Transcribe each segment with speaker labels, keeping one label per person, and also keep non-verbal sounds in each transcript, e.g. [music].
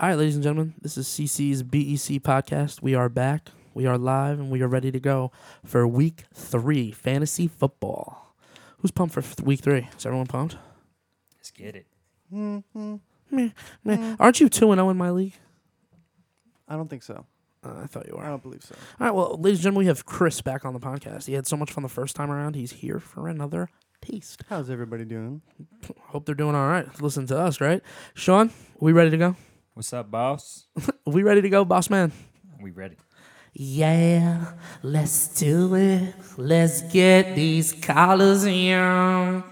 Speaker 1: All right, ladies and gentlemen, this is CC's BEC E podcast. We are back, we are live, and we are ready to go for week three fantasy football. Who's pumped for f- week three? Is everyone pumped?
Speaker 2: Let's get it.
Speaker 1: Meh, meh. Aren't you 2 and 0 in my league?
Speaker 3: I don't think so.
Speaker 1: Uh, I thought you were.
Speaker 3: I
Speaker 1: All
Speaker 3: don't believe so.
Speaker 1: right, well, ladies and gentlemen, we have Chris back on the podcast. He had so much fun the first time around. He's here for another taste.
Speaker 3: How's everybody doing?
Speaker 1: Hope they're doing all right. Listen to us, right? Sean, we ready to go?
Speaker 2: What's up, boss? [laughs]
Speaker 1: We ready to go, boss man?
Speaker 2: We ready.
Speaker 1: Yeah, let's do it. Let's get these collars in.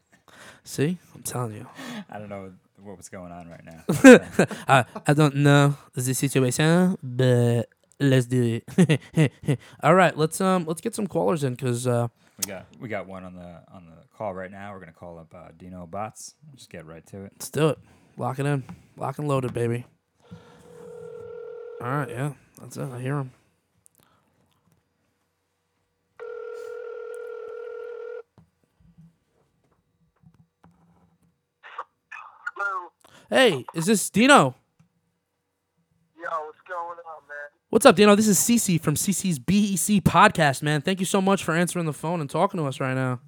Speaker 1: [laughs] See, I'm telling you.
Speaker 2: I don't know what was going on right now.
Speaker 1: I, I don't know the situation, but let's do it. [laughs] All right, let's um let's get some callers in because uh,
Speaker 2: we got we got one on the on the call right now. We're gonna call up uh, Dino Bots. Just get right to it.
Speaker 1: let's do it. Lock it in, lock and loaded, baby. All right, yeah, that's it. I hear him.
Speaker 4: Hello.
Speaker 1: Hey, is this Dino?
Speaker 4: Yo, what's going on, man?
Speaker 1: What's up, Dino? This is CC from CC's BEC podcast, man. Thank you so much for answering the phone and talking to us right now.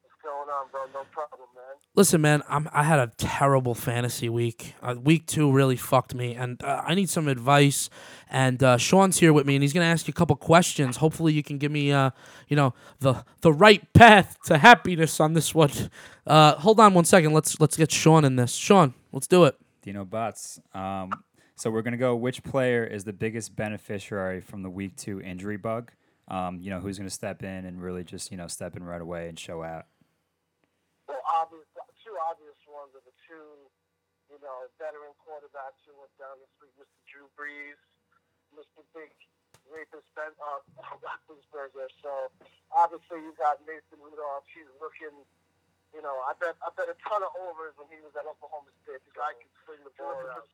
Speaker 4: What's going on, bro? No problem, man.
Speaker 1: Listen, man, I'm, I had a terrible fantasy week. Uh, week two really fucked me, and uh, I need some advice. And uh, Sean's here with me, and he's gonna ask you a couple questions. Hopefully, you can give me, uh, you know, the the right path to happiness on this one. Uh, hold on one second. Let's let's get Sean in this. Sean, let's do it.
Speaker 2: Dino Bots. Um, so we're gonna go. Which player is the biggest beneficiary from the week two injury bug? Um, you know who's gonna step in and really just you know step in right away and show out.
Speaker 4: Well, obvious, two obvious ones are the two, you know, veteran quarterbacks who went down this week, Mr. Drew Brees, Mr. Big Rapinsberger. Uh, [laughs] Roethlisberger. so obviously you got Nathan Rudolph. He's looking, you know, I bet I bet a ton of overs when he was at Oklahoma State. The guy could swing the ball around.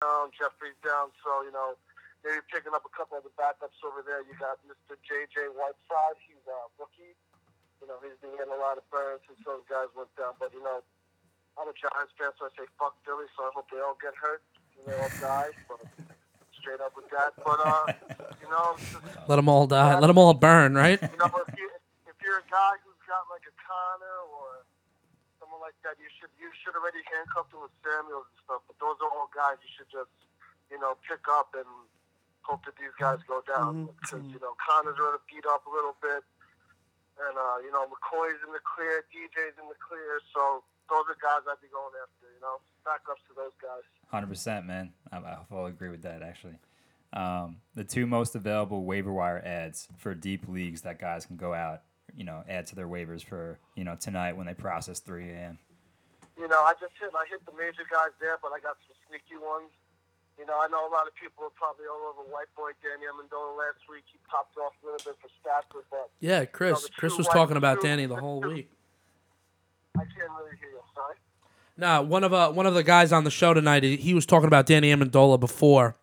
Speaker 4: Down, Jeffrey's down, so you know. Maybe picking up a couple of the backups over there. You got Mr. J.J. Whiteside. He's a rookie you know, he's been getting a lot of burn since those guys went down. But, you know, I'm a Giants fan, so I say fuck Philly, so I hope they all get hurt and they all die. But straight up with that. But, uh, you know, it's just,
Speaker 1: Let them all die. Let them all burn, right?
Speaker 4: you know if, you, if you're a guy who's got like a Connor or someone like that, you should you should already handcuffed him with Samuels and stuff. But those are all guys you should just, you know, pick up and hope that these guys go down. Because, you know, Connor's already beat up a little bit. And, uh, you know, McCoy's in the clear, DJ's in the clear. So those are guys I'd be going after, you know, backups to those guys.
Speaker 2: Hundred percent, man. I, I fully agree with that. Actually, um, the two most available waiver wire ads for deep leagues that guys can go out, you know, add to their waivers for you know tonight when they process three a.m.
Speaker 4: you know, I just hit I hit the major guys there, but I got some sneaky ones. You know, I know a lot of people are probably all over white boy Danny Amendola last week. He popped off a little bit for Stafford, but
Speaker 1: Yeah, Chris. Chris was talking about Danny the whole week.
Speaker 4: I can't really hear you. Sorry.
Speaker 1: Nah, one of uh, one of the guys on the show tonight, he he was talking about Danny Amendola before,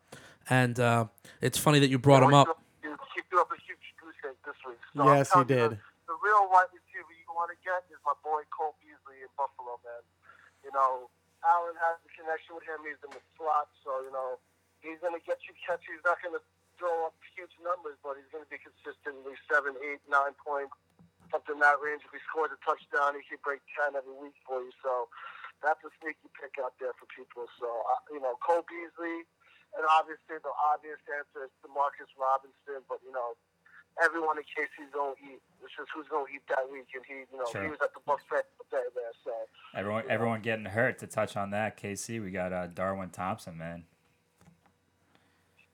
Speaker 1: and uh, it's funny that you brought him up.
Speaker 4: You he threw up a huge goose egg this week. So
Speaker 3: Yes,
Speaker 4: I'm
Speaker 3: he did.
Speaker 4: telling you, The, the real wide receiver you want to get is my boy Cole Beasley in Buffalo, man. You know, Allen has a connection with him. He's in the slot, so you know he's going to get you catch. He's not going to throw up huge numbers, but he's going to be consistently seven, eight, nine points, something in that range. If he scores a touchdown, he could break ten every week for you. So that's a sneaky pick out there for people. So uh, you know, Cole Beasley. And obviously, the obvious answer is Demarcus Robinson, but you know, everyone in Casey's gonna eat. It's just who's gonna eat that week, and he, you know,
Speaker 2: Sure.
Speaker 4: he was at the buffet today there. So
Speaker 2: Everyone, everyone getting hurt. To touch on that, KC, we got uh, Darwin Thompson, man.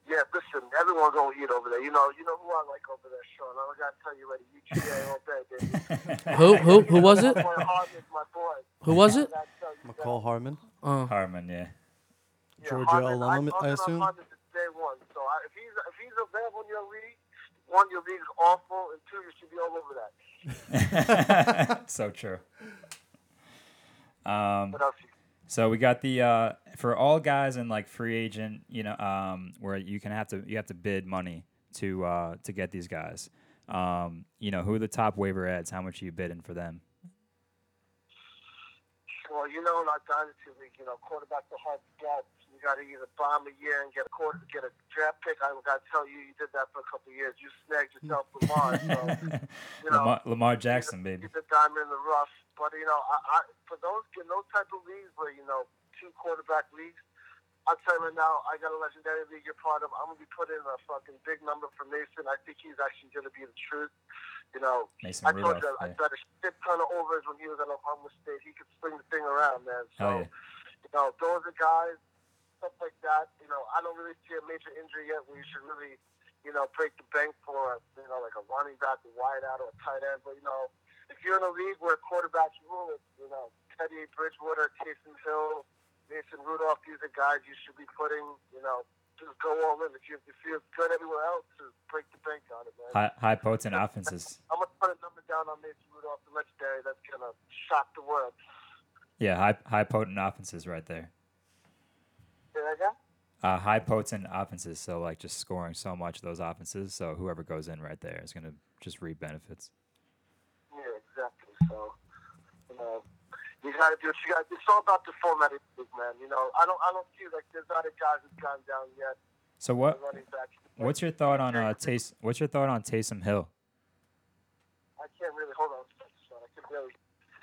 Speaker 4: yeah, listen, everyone's gonna eat over there. You know, you know who I like over there, Sean. I gotta tell you, ready, UGA all day, baby.
Speaker 1: Who who who was it?
Speaker 4: My boy Harden's my boy.
Speaker 1: Who was
Speaker 4: I
Speaker 1: it?
Speaker 4: gotta tell you,
Speaker 3: McCall Harmon.
Speaker 1: Oh,
Speaker 2: Harmon, yeah. [laughs]
Speaker 4: yeah,
Speaker 3: Georgia
Speaker 4: Harden-
Speaker 3: alum,
Speaker 4: I've
Speaker 3: I
Speaker 4: been on
Speaker 3: assume?
Speaker 4: Harden since day one. So I, if he's if he's available in your league, one, your league's awful, and two, you should be all over that.
Speaker 2: so true. Um,
Speaker 4: What else? You,
Speaker 2: so we got the uh, for all guys in like free agent, you know, um, where you can have to you have to bid money to uh, to get these guys. Um, you know, who are the top waiver ads? How much are you bidding for them?
Speaker 4: well, you know, in our dynasty league, you know, quarterback's a hard scout. You got to either bomb a year and get a quarter, get a draft pick. I got to tell you, you did that for a couple of years. You snagged yourself Lamar.
Speaker 2: [laughs]
Speaker 4: So,
Speaker 3: [laughs]
Speaker 4: you know,
Speaker 2: Lamar, Lamar Jackson, baby.
Speaker 4: He's a diamond in the rough. But you know, I, I for those in those type of leagues where you know two quarterback leagues, I'll tell you right now, I got a legendary league you're part of. I'm gonna be putting in a fucking big number for Mason. I think he's actually gonna be the truth. You know,
Speaker 2: Mason
Speaker 4: I
Speaker 2: Rudolph.
Speaker 4: told you
Speaker 2: yeah.
Speaker 4: I tried a shit ton of overs when he was at Oklahoma State. He could swing the thing around, man. So,
Speaker 2: Oh, yeah.
Speaker 4: you know, those are guys, stuff like that. You know, I don't really see a major injury yet where you should really, you know, break the bank for, you know, like a running back, a wide out, or a tight end. But, you know, if you're in a league where quarterbacks rule it, you know, Teddy Bridgewater, Taysom Hill, Mason Rudolph, these are guys you should be putting, you know, just go all in. If, you, if you're good everywhere else, just break the bank on it, man.
Speaker 2: High, high potent offenses.
Speaker 4: I'm gonna put a number down on Mason Rudolph, the legendary. That's gonna shock the world.
Speaker 2: Yeah, high high potent offenses right there.
Speaker 4: Say that again?
Speaker 2: Uh, high potent offenses, so like just scoring so much of those offenses. So whoever goes in right there is gonna just reap benefits.
Speaker 4: Yeah, exactly. So, you know, you gotta do what you gotta. do. It's all about the format, of the league, man. You know, I don't, I don't see like there's not a guy who's gone down yet.
Speaker 2: So
Speaker 4: The
Speaker 2: what
Speaker 4: running back.
Speaker 2: what's your thought on uh Tays What's your thought on Taysom Hill?
Speaker 4: I can't really hold on. So I can barely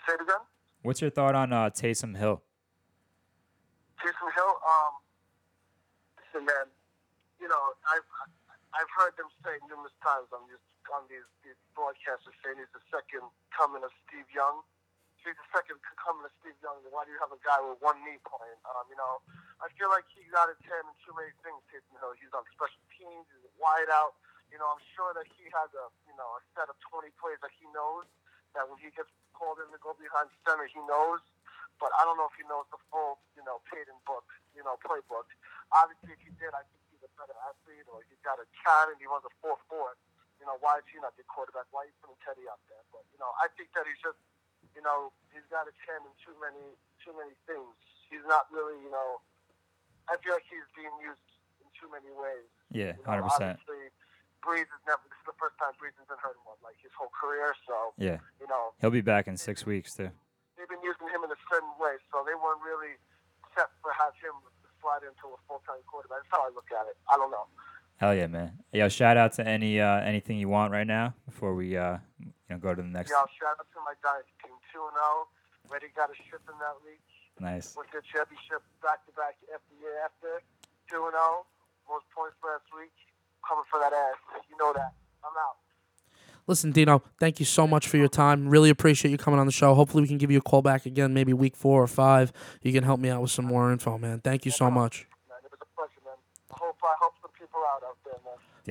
Speaker 4: say it again.
Speaker 2: What's your thought on uh Taysom Hill?
Speaker 4: Jason Hill. Um, listen, man. You know, I've I've heard them say numerous times on these on these, these broadcasters saying he's the second coming of Steve Young. If he's the second c- coming of Steve Young, then why do you have a guy with one knee playing? Um, you know, I feel like he got a ten in too many things. Jason Hill. He's on special teams. He's a wideout. You know, I'm sure that he has a you know a set of 20 plays that he knows that when he gets called in to go behind center, he knows but I don't know if he knows the full, you know, Peyton book, you know, playbook. Obviously, if he did, I think he's a better athlete, or he's got a cannon, he runs a four four. You know, why is he not the quarterback? Why are you putting Teddy out there? But you know, I think that he's just, you know, he's got his hand in too many, too many things. He's not really, you know, I feel like he's being used in too many ways.
Speaker 2: Yeah,
Speaker 4: You know,
Speaker 2: hundred percent.
Speaker 4: Obviously, Breeze is never. This is the first time Breeze has been hurt in one like his whole career. So
Speaker 2: Yeah.
Speaker 4: you know,
Speaker 2: He'll be back in six weeks too.
Speaker 4: they've been using him in a certain way, so they weren't really set for have him slide into a full time quarterback. That's how I look at it. I don't know.
Speaker 2: Hell yeah, man. Yo, shout out to any uh anything you want right now before we uh you know go to the next
Speaker 4: Yeah, shout out to my dynasty team two and zero. Already got a ship in that league.
Speaker 2: nice.
Speaker 4: Went to the championship back to back every year after. Two and zero, most points last week. Coming for that ass. You know that. I'm out.
Speaker 1: Listen, Dino, thank you so much for your time. Really appreciate you coming on the show. Hopefully, we can give you a call back again, maybe week four or five. You can help me out with some more info, man. Thank you so much.
Speaker 4: Man, it was a pleasure, man. I hope I help some people out out there,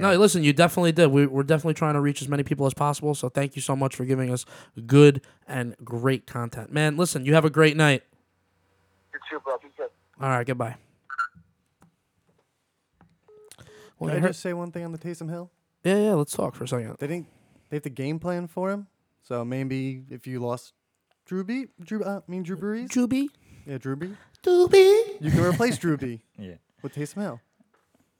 Speaker 4: man.
Speaker 1: No, listen, you definitely did. We, we're definitely trying to reach as many people as possible. So thank you so much for giving us good and great content. Man, listen, you have a great night.
Speaker 4: You too, bro. Be good.
Speaker 1: All right, goodbye. Well,
Speaker 3: Can
Speaker 1: it
Speaker 3: I
Speaker 1: hurt-
Speaker 3: just say one thing on the Taysom Hill?
Speaker 1: yeah, yeah, let's talk for a second.
Speaker 3: They didn't. They have the game plan for him. So maybe if you lost Drew B, Drew, uh, I mean Drew Brees,
Speaker 1: Juby,
Speaker 3: yeah, Drew B,
Speaker 1: Doobie.
Speaker 3: you can replace Drew B
Speaker 2: Yeah.
Speaker 3: with Taysom Hill.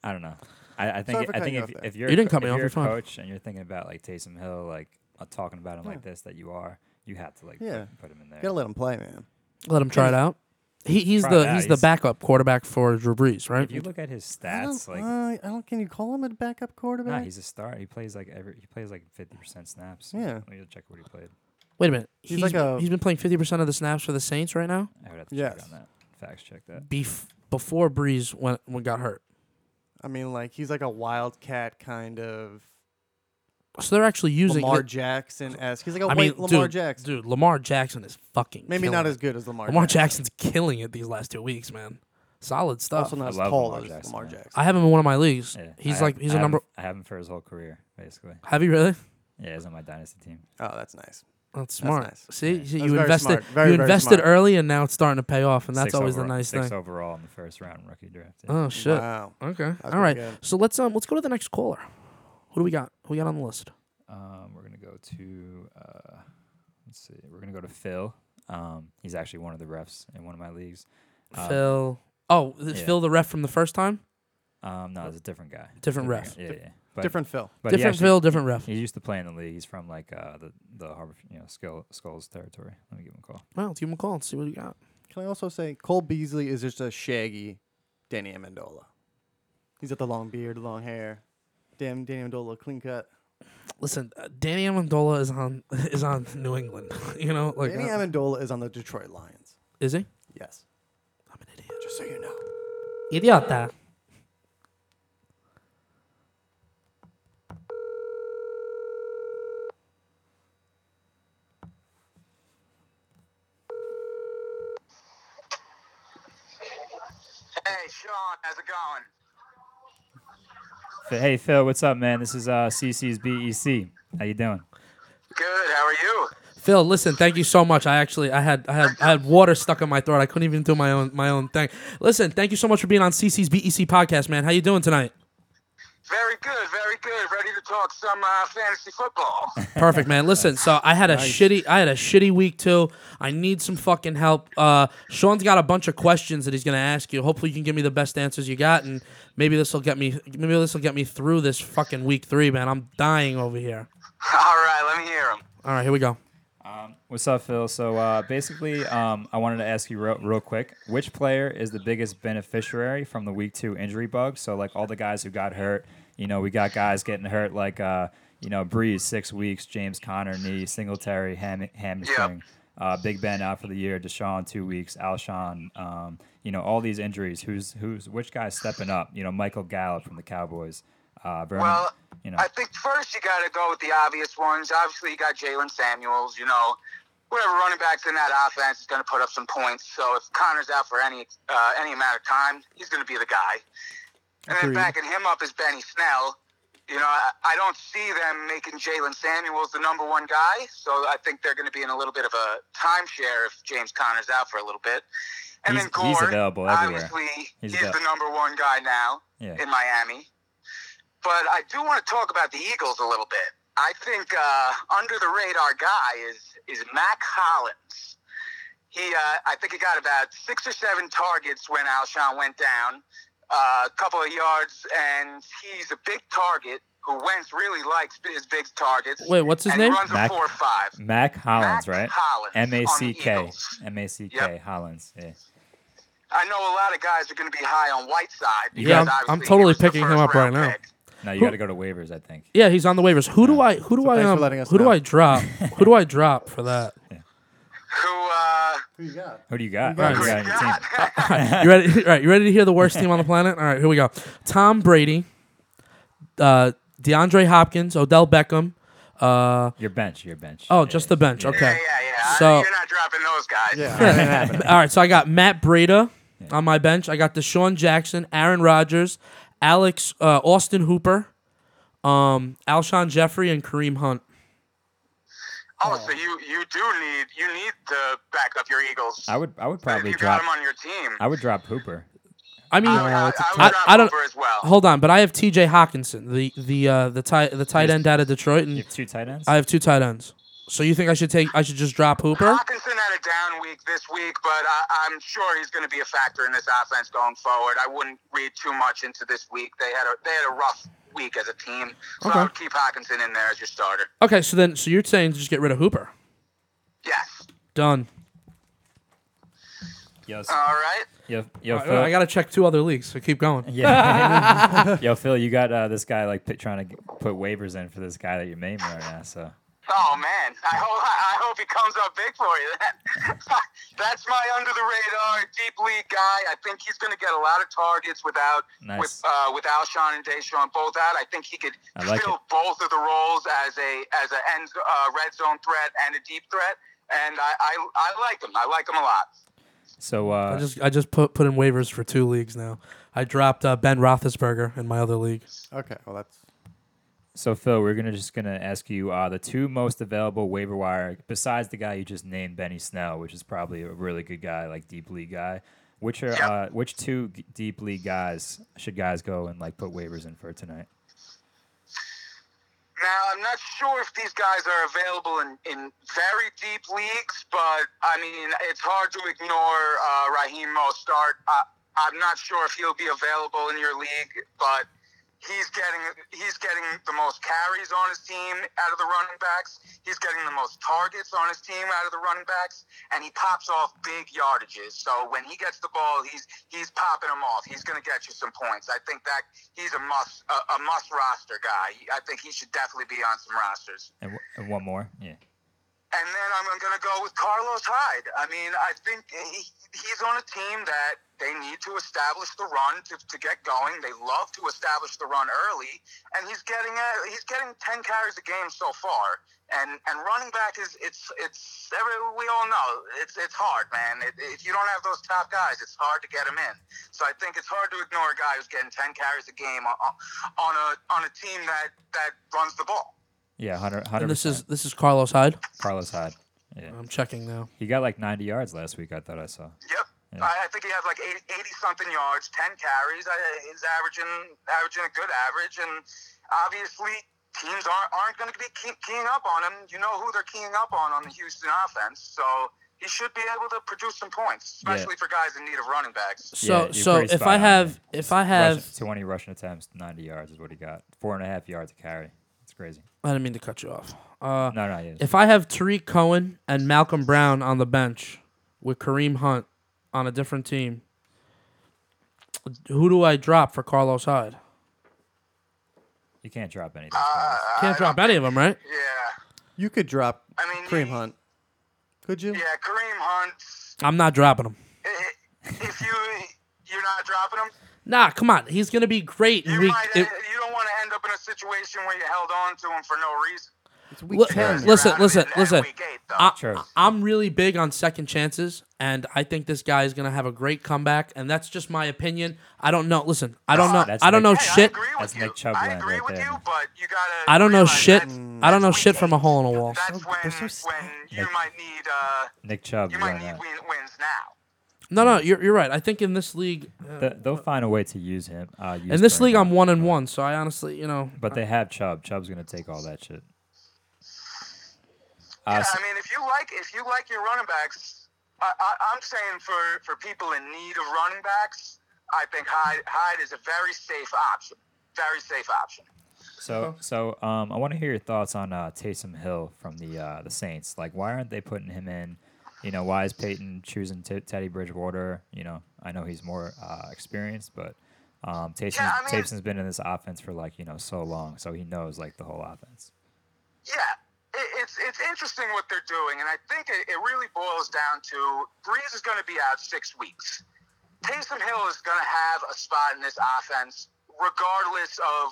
Speaker 2: I don't know. I, I
Speaker 3: Sorry
Speaker 2: think
Speaker 3: for
Speaker 2: I
Speaker 3: cutting
Speaker 2: think
Speaker 3: you
Speaker 2: if,
Speaker 3: off there.
Speaker 2: if you're
Speaker 1: You
Speaker 2: a
Speaker 1: didn't
Speaker 2: co-
Speaker 1: cut me
Speaker 2: if
Speaker 1: off,
Speaker 2: you're
Speaker 1: you're
Speaker 2: a
Speaker 1: fine.
Speaker 2: coach and you're thinking about like Taysom Hill, like uh, talking about him like this that you are, you have to like
Speaker 3: Yeah.
Speaker 2: put- put him in there.
Speaker 3: Gotta let him play, man.
Speaker 1: Let him try it out. He, he's
Speaker 2: Try it
Speaker 1: the
Speaker 2: out.
Speaker 1: he's the
Speaker 2: He's-
Speaker 1: backup quarterback for Drew Brees, right?
Speaker 2: if you look at his
Speaker 3: I don't-
Speaker 2: stats, like
Speaker 3: uh, I don't. Can you call him a backup
Speaker 2: nah,
Speaker 3: quarterback?
Speaker 2: he's a star. He plays like every he plays like fifty percent snaps.
Speaker 3: Yeah.
Speaker 2: Let me check what he played.
Speaker 1: Wait a minute.
Speaker 3: He's like a-
Speaker 1: he's been playing fifty percent of the snaps for the Saints right now.
Speaker 2: I would have to check
Speaker 3: Yes.
Speaker 2: on that. Facts check that.
Speaker 1: Bef- before Breeze went when got hurt,
Speaker 3: I mean, like he's like a wildcat kind of
Speaker 1: so they're actually using.
Speaker 3: Lamar
Speaker 1: the-
Speaker 3: Jackson esque. He's like a
Speaker 1: I mean,
Speaker 3: white Lamar
Speaker 1: dude,
Speaker 3: Jackson.
Speaker 1: Dude, Lamar Jackson is fucking.
Speaker 3: Maybe
Speaker 1: killing
Speaker 3: not
Speaker 1: it.
Speaker 3: as good as Lamar.
Speaker 1: Lamar
Speaker 3: Jackson.
Speaker 1: Jackson's killing it these last two weeks, man. Solid stuff.
Speaker 3: Also not
Speaker 2: I
Speaker 3: as
Speaker 2: love
Speaker 3: tall
Speaker 2: Lamar
Speaker 3: as
Speaker 2: Jackson,
Speaker 3: Lamar
Speaker 2: man.
Speaker 3: Jackson.
Speaker 1: I have him in one of my leagues.
Speaker 2: Yeah. I
Speaker 1: He's
Speaker 2: have-
Speaker 1: like he's
Speaker 2: I
Speaker 1: a
Speaker 2: have him-
Speaker 1: number.
Speaker 2: I have him for his whole career, basically.
Speaker 1: Have you really?
Speaker 2: Yeah, he's on my dynasty team.
Speaker 3: Oh, that's nice.
Speaker 1: That's smart.
Speaker 3: nice.
Speaker 1: See, see,
Speaker 2: Yeah.
Speaker 3: That's
Speaker 1: you
Speaker 3: very
Speaker 1: invested.
Speaker 3: smart. Very,
Speaker 1: you
Speaker 3: very
Speaker 1: invested
Speaker 3: smart.
Speaker 1: early, and now it's starting to pay off, and that's
Speaker 2: Six
Speaker 1: always the
Speaker 2: overall-
Speaker 1: nice
Speaker 2: six
Speaker 1: thing.
Speaker 2: overall in the first round rookie draft. Yeah.
Speaker 1: Oh shit.
Speaker 3: Wow.
Speaker 1: Okay.
Speaker 3: That's
Speaker 1: All right.
Speaker 3: pretty good.
Speaker 1: So let's um let's go to the next caller. Who do we got? Who we got on the list?
Speaker 2: Um, we're gonna go to uh, let's see, we're gonna go to Phil. Um, he's actually one of the refs in one of my leagues. Uh,
Speaker 1: Phil. Oh, th-
Speaker 2: yeah.
Speaker 1: Phil, the ref from the first time.
Speaker 2: Um, no, it's a different guy.
Speaker 1: Different ref.
Speaker 2: guy. Yeah, yeah. But,
Speaker 3: Different Phil.
Speaker 2: but he
Speaker 1: different
Speaker 2: actually-
Speaker 1: Phil, different ref.
Speaker 2: He used to play in the league. He's from like uh, the the Harbor, you know, Skull, Skulls territory. Let me give him a call.
Speaker 1: Well, give him a call and see what he got.
Speaker 3: Can I also say Cole Beasley is just a shaggy Danny Amendola. He's got the long beard, long hair. Damn, Danny Amendola, clean cut.
Speaker 1: Listen, uh, Danny Amendola is on [laughs] is on New England. [laughs] you know, like
Speaker 3: Danny
Speaker 1: uh,
Speaker 3: Amendola is on the Detroit Lions.
Speaker 1: is he?
Speaker 3: Yes.
Speaker 1: I'm an idiot.
Speaker 3: Just so you know.
Speaker 1: Idiota.
Speaker 4: Hey, Sean, how's it going?
Speaker 2: F- Hey Phil, what's up, man? This is uh, CC's BEC. How you doing?
Speaker 4: Good. How are you?
Speaker 1: Phil, listen, thank you so much. I actually I had I had I had water stuck in my throat. I couldn't even do my own my own thing. Listen, thank you so much for being on CC's BEC E podcast, man. How you doing tonight?
Speaker 4: Very good. Very good. Ready to talk some uh, fantasy football. [laughs]
Speaker 1: Perfect, man. Listen, so I had a shitty, I had a shitty week too. I need some fucking help. Uh, Sean's got a bunch of questions that he's gonna ask you. Hopefully, you can give me the best answers you got, and maybe this will get me, maybe this will get me through this fucking week three, man. I'm dying over here.
Speaker 4: All right, let me hear him.
Speaker 1: All right, here we go.
Speaker 2: What's up, Phil? So uh, basically, um, I wanted to ask you real, real quick, which player is the biggest beneficiary from the week two injury bug? So like all the guys who got hurt, you know, we got guys getting hurt like uh, you know Breeze six weeks, James Conner knee, Singletary ham- hamstring, uh, Big Ben out for the year, Deshaun two weeks, Alshon, um, you know, all these injuries. Who's who's which guy's stepping up? You know, Michael Gallup from the Cowboys. Uh, Vernon,
Speaker 4: Well,
Speaker 2: you know,
Speaker 4: I think first you got to go with the obvious ones. Obviously, you got Jalen Samuels. You know, whatever running backs in that offense is going to put up some points. So if Connor's out for any uh, any amount of time, he's going to be the guy. And
Speaker 3: Agreed.
Speaker 4: then backing him up is Benny Snell. You know, I, I don't see them making Jalen Samuels the number one guy. So I think they're going to be in a little bit of a timeshare if James Connor's out for a little bit. And
Speaker 2: He's-
Speaker 4: then Gore,
Speaker 2: he's available everywhere.
Speaker 4: obviously,
Speaker 2: He's
Speaker 4: he's,
Speaker 2: avail-
Speaker 4: the number one guy now
Speaker 2: Yeah.
Speaker 4: in Miami. But I do want to talk about the Eagles a little bit. I think uh, under the radar guy is is Mac Hollins. He, uh, I think he got about six or seven targets when Alshon went down, uh, a couple of yards, and he's a big target who Wentz really likes his big targets.
Speaker 1: Wait, what's his
Speaker 4: and
Speaker 1: name?
Speaker 4: He runs
Speaker 2: Mac-
Speaker 4: a four-five.
Speaker 2: Mac Hollins,
Speaker 4: Mac
Speaker 2: right?
Speaker 4: Hollins on
Speaker 2: M
Speaker 4: the
Speaker 2: A C K,
Speaker 4: Eagles.
Speaker 2: M A C K
Speaker 4: Yep.
Speaker 2: Hollins. Yeah.
Speaker 4: I know a lot of guys are going to be high on Whiteside. because
Speaker 1: Yeah, I'm- I'm
Speaker 4: obviously he
Speaker 1: totally
Speaker 4: was the
Speaker 1: picking him up right
Speaker 4: first-round
Speaker 1: now.
Speaker 4: pick.
Speaker 2: No, you
Speaker 1: Who-
Speaker 2: got to go to waivers, I think.
Speaker 1: Yeah, he's on the waivers. Who do I, who do I,
Speaker 3: thanks for
Speaker 1: um,
Speaker 3: letting us
Speaker 1: who do
Speaker 3: know.
Speaker 1: I
Speaker 3: [laughs]
Speaker 1: drop? who do I drop for that?
Speaker 4: Who? Uh,
Speaker 3: Who you got?
Speaker 2: Who do you got?
Speaker 3: got-
Speaker 2: Who you got on your team?
Speaker 4: [laughs]
Speaker 1: You ready? [laughs] All right, you ready to hear the worst team on the planet? All right, here we go. Tom Brady, uh, DeAndre Hopkins, Odell Beckham. Uh,
Speaker 2: Your bench, your bench.
Speaker 1: oh, just the bench.
Speaker 4: Yeah,
Speaker 1: Okay.
Speaker 4: yeah, yeah.
Speaker 1: So-
Speaker 4: I, you're not dropping those guys.
Speaker 3: Yeah, that ain't happening.
Speaker 1: [laughs] All right, so I got Matt Breda on my bench. I got Deshaun Jackson, Aaron Rodgers, Alex uh, Austin Hooper, um, Alshon Jeffrey, and Kareem Hunt.
Speaker 4: Oh, so you you do need you need to back up your Eagles.
Speaker 2: I would, I would
Speaker 4: But if
Speaker 2: probably
Speaker 4: you
Speaker 2: drop.
Speaker 4: got him on your team.
Speaker 2: I would drop Hooper.
Speaker 1: I mean,
Speaker 4: I would, I, would
Speaker 1: I-
Speaker 4: drop
Speaker 1: I don't-
Speaker 4: Hooper as well.
Speaker 1: hold on, but I have T.J. Hawkinson, the the uh, the tight the tight end out of Detroit,
Speaker 2: You
Speaker 1: and
Speaker 2: have two tight ends.
Speaker 1: I have two tight ends. So you think I should take? I should just drop Hooper?
Speaker 4: Hawkinson had a down week this week, but I, I'm sure he's going to be a factor in this offense going forward. I wouldn't read too much into this week. They had a they had a rough week as a team, so
Speaker 1: Okay.
Speaker 4: I would keep Hawkinson in there as your starter.
Speaker 1: Okay, so then so you're saying just get rid of Hooper?
Speaker 4: Yes.
Speaker 1: Done.
Speaker 2: Yo, s-
Speaker 4: All right.
Speaker 2: yo, yo,
Speaker 1: I,
Speaker 2: Phil.
Speaker 1: I gotta check two other leagues. So keep going.
Speaker 2: yeah. yo, Phil, you got uh, this guy like p- trying to g- put waivers in for this guy that you're naming right now. So
Speaker 4: Oh man, I hope I hope he comes up big for you. [laughs] That, that's my under the radar deep league guy. I think he's going to get a lot of targets without
Speaker 2: Nice.
Speaker 4: with uh, with Alshon and Deshaun both out. I think he could
Speaker 2: I like
Speaker 4: fill
Speaker 2: it.
Speaker 4: both of the roles as a as a end, uh, red zone threat and a deep threat. And I, I I like him. I like him a lot.
Speaker 2: so
Speaker 1: I
Speaker 2: uh,
Speaker 1: just I just put put in waivers for two leagues now. I dropped uh, Ben Roethlisberger in my other league.
Speaker 2: [laughs]
Speaker 3: Okay, well that's
Speaker 2: so Phil, we're gonna just gonna ask you uh, the two most available waiver wire besides the guy you just named, Benny Snell, which is probably a really good guy, like deep league guy. Which are
Speaker 4: Yeah.
Speaker 2: uh, which two g- deep league guys should guys go and like put waivers in for tonight?
Speaker 4: Now, I'm not sure if these guys are available in, in very deep leagues, but I mean, it's hard to ignore uh, Raheem Mostart. Uh, I'm not sure if he'll be available in your league, but He's getting he's getting the most carries on his team out of the running backs. He's getting the most targets on his team out of the running backs, and he pops off big yardages. So when he gets the ball, he's he's popping them off. He's going to get you some points. I think that he's a must a, a must roster guy. I think he should definitely be on some rosters.
Speaker 2: And, w- and one more. Yeah.
Speaker 4: And then I'm going to go with Carlos Hyde. I mean, I think he, he's on a team that they need to establish the run to, to get going. They love to establish the run early, and he's getting a, he's getting 10 carries a game so far. And and running back is it's it's every, we all know it's it's hard, man. It, if you don't have those top guys, it's hard to get them in. So I think it's hard to ignore a guy who's getting 10 carries a game on, on a on a team that that runs the ball.
Speaker 2: Yeah. 100 100%.
Speaker 1: And this is Um, this is Carlos Hyde.
Speaker 2: Carlos Hyde. Yeah.
Speaker 1: I'm checking now.
Speaker 2: He got like 90 yards last week. I thought I saw.
Speaker 4: Yep.
Speaker 2: Yeah.
Speaker 4: I, I think he had like 80, 80 something yards, 10 carries. I, he's averaging averaging a good average. And obviously, teams aren't, aren't going to be key, keying up on him. You know who they're keying up on on the Houston offense. So he should be able to produce some points,
Speaker 2: Yeah.
Speaker 4: especially for guys in need of running backs.
Speaker 1: So
Speaker 2: you're
Speaker 1: so
Speaker 2: pretty
Speaker 1: if
Speaker 2: spot
Speaker 1: I
Speaker 2: on
Speaker 1: have
Speaker 2: there.
Speaker 1: if I
Speaker 2: Rush-
Speaker 1: have
Speaker 2: 20 rushing attempts, 90 yards is what he got. Four and a half yards to carry. It's crazy.
Speaker 1: I didn't mean to cut you off. Uh,
Speaker 2: No, no, yeah.
Speaker 1: if I have Tariq Cohen and Malcolm Brown on the bench with Kareem Hunt on a different team, who do I drop for Carlos Hyde?
Speaker 2: you can't drop anything.
Speaker 1: Can't drop any of them, right?
Speaker 4: Yeah.
Speaker 3: You could drop
Speaker 4: I mean,
Speaker 3: Kareem
Speaker 4: he-
Speaker 3: Hunt. Could you?
Speaker 4: Yeah, Kareem Hunt.
Speaker 1: I'm not dropping him.
Speaker 4: i- i- If you you're not dropping him,
Speaker 1: Nah, come on. He's gonna be great in
Speaker 4: you
Speaker 1: week.
Speaker 4: might
Speaker 1: it-
Speaker 4: you don't want to end up in a situation where you held on to him for no reason.
Speaker 3: It's week
Speaker 1: Li-
Speaker 3: 10.
Speaker 4: You're
Speaker 1: Listen,
Speaker 4: out of it
Speaker 1: listen,
Speaker 4: at
Speaker 1: listen.
Speaker 4: Week eight, though.
Speaker 1: I,
Speaker 2: Sure.
Speaker 1: I- I'm really big on second chances, and I think this guy is gonna have a great comeback. And that's just my opinion. I don't know. Listen, I don't know.
Speaker 2: That's
Speaker 1: I don't know
Speaker 2: like-
Speaker 4: Hey,
Speaker 1: shit.
Speaker 4: I agree
Speaker 2: That's
Speaker 4: with you.
Speaker 2: Nick Chubb
Speaker 4: I
Speaker 2: land
Speaker 4: agree
Speaker 2: right
Speaker 4: with
Speaker 2: there.
Speaker 4: you, but you gotta.
Speaker 1: I don't know
Speaker 4: realize
Speaker 1: shit.
Speaker 4: That's,
Speaker 1: I don't know shit from a
Speaker 4: weekend.
Speaker 1: hole in a wall.
Speaker 4: that's
Speaker 3: So-
Speaker 4: when
Speaker 3: they're so
Speaker 4: when
Speaker 3: sad.
Speaker 4: you
Speaker 2: Like-
Speaker 4: might need uh
Speaker 2: Nick Chubb.
Speaker 4: you might
Speaker 2: right
Speaker 4: need
Speaker 2: now.
Speaker 4: win, wins now.
Speaker 1: No, no, you're, you're right. I think in this league,
Speaker 2: Th- they'll find a way to use him. Uh, use
Speaker 1: in this
Speaker 2: Kareem
Speaker 1: league,
Speaker 2: Hunt.
Speaker 1: I'm one and one. So I honestly, you know,
Speaker 2: But they have Chubb. Chubb's gonna take all that shit. Uh,
Speaker 1: Uh,
Speaker 4: Yeah,
Speaker 2: s-
Speaker 4: I mean, if you like if you like your running backs, I, I, I'm saying for for people in need of running backs, I think Hyde Hyde is a very safe option. Very safe option.
Speaker 2: so so um, I want to hear your thoughts on uh, Taysom Hill from the uh, the Saints. Like, why aren't they putting him in? You know, why is Peyton choosing T- Teddy Bridgewater? You know, I know he's more uh, experienced, but um, Taysom
Speaker 4: Yeah, I mean-
Speaker 2: Taysom's been in this offense for like you know so long, so he knows like the whole offense.
Speaker 4: Yeah, it, it's it's interesting what they're doing, and I think it, it really boils down to Breeze is going to be out six weeks. Taysom Hill is going to have a spot in this offense, regardless of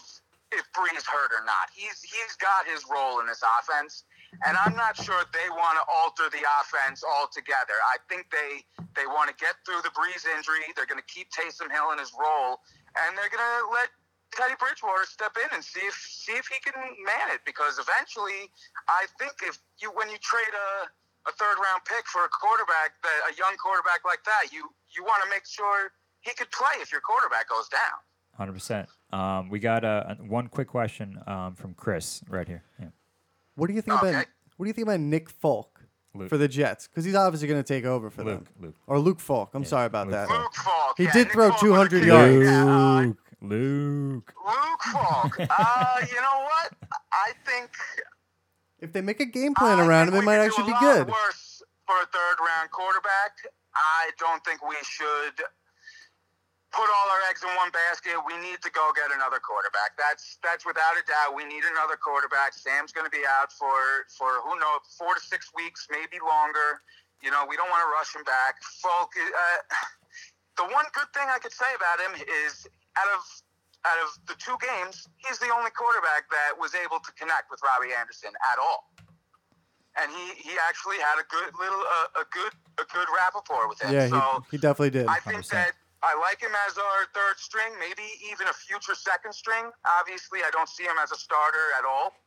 Speaker 4: if Breeze hurt or not. He's he's got his role in this offense, and I'm not sure they want to alter the offense altogether. I think they they want to get through the Breeze injury. They're going to keep Taysom Hill in his role, and they're going to let Teddy Bridgewater step in and see if see if he can man it. Because eventually, I think if you when you trade a a third round pick for a quarterback that a young quarterback like that, you you want to make sure he could play if your quarterback goes down.
Speaker 2: Hundred percent. Um, we got uh, one quick question um, from Chris right here. Yeah.
Speaker 3: What do you think about
Speaker 4: Okay.
Speaker 3: What do you think about Nick Falk
Speaker 2: Luke.
Speaker 3: for the Jets? Because he's obviously going to take over for
Speaker 2: Luke,
Speaker 3: them.
Speaker 2: Luke.
Speaker 3: Or Luke Falk. I'm sorry about
Speaker 2: Luke
Speaker 3: that.
Speaker 2: Falk.
Speaker 4: Luke Falk.
Speaker 3: He
Speaker 4: yeah,
Speaker 3: did
Speaker 4: Nick
Speaker 3: throw
Speaker 4: Falk
Speaker 3: 200
Speaker 4: was a kid.
Speaker 3: yards.
Speaker 4: Yeah, uh,
Speaker 2: Luke, Luke.
Speaker 4: Luke
Speaker 3: [laughs]
Speaker 4: Falk. Uh, you know what? I think
Speaker 3: If they make a game plan
Speaker 4: I
Speaker 3: around him,
Speaker 4: think
Speaker 3: it
Speaker 4: we
Speaker 3: might
Speaker 4: could
Speaker 3: actually
Speaker 4: do
Speaker 3: be
Speaker 4: a lot
Speaker 3: good.
Speaker 4: Worse for a third round quarterback. I don't think we should put all our eggs in one basket. We need to go get another quarterback. That's that's without a doubt. We need another quarterback. Sam's going to be out for for who knows four to six weeks, maybe longer. You know, we don't want to rush him back. Folk. Uh, the one good thing I could say about him is out of out of the two games, he's the only quarterback that was able to connect with Robbie Anderson at all. And he, he actually had a good little uh, a good a good rapport with him.
Speaker 3: Yeah,
Speaker 4: so
Speaker 3: he, he definitely did.
Speaker 4: I think
Speaker 2: 100%.
Speaker 4: that I like him as our third string, maybe even a future second string. Obviously, I don't see him as a starter at all,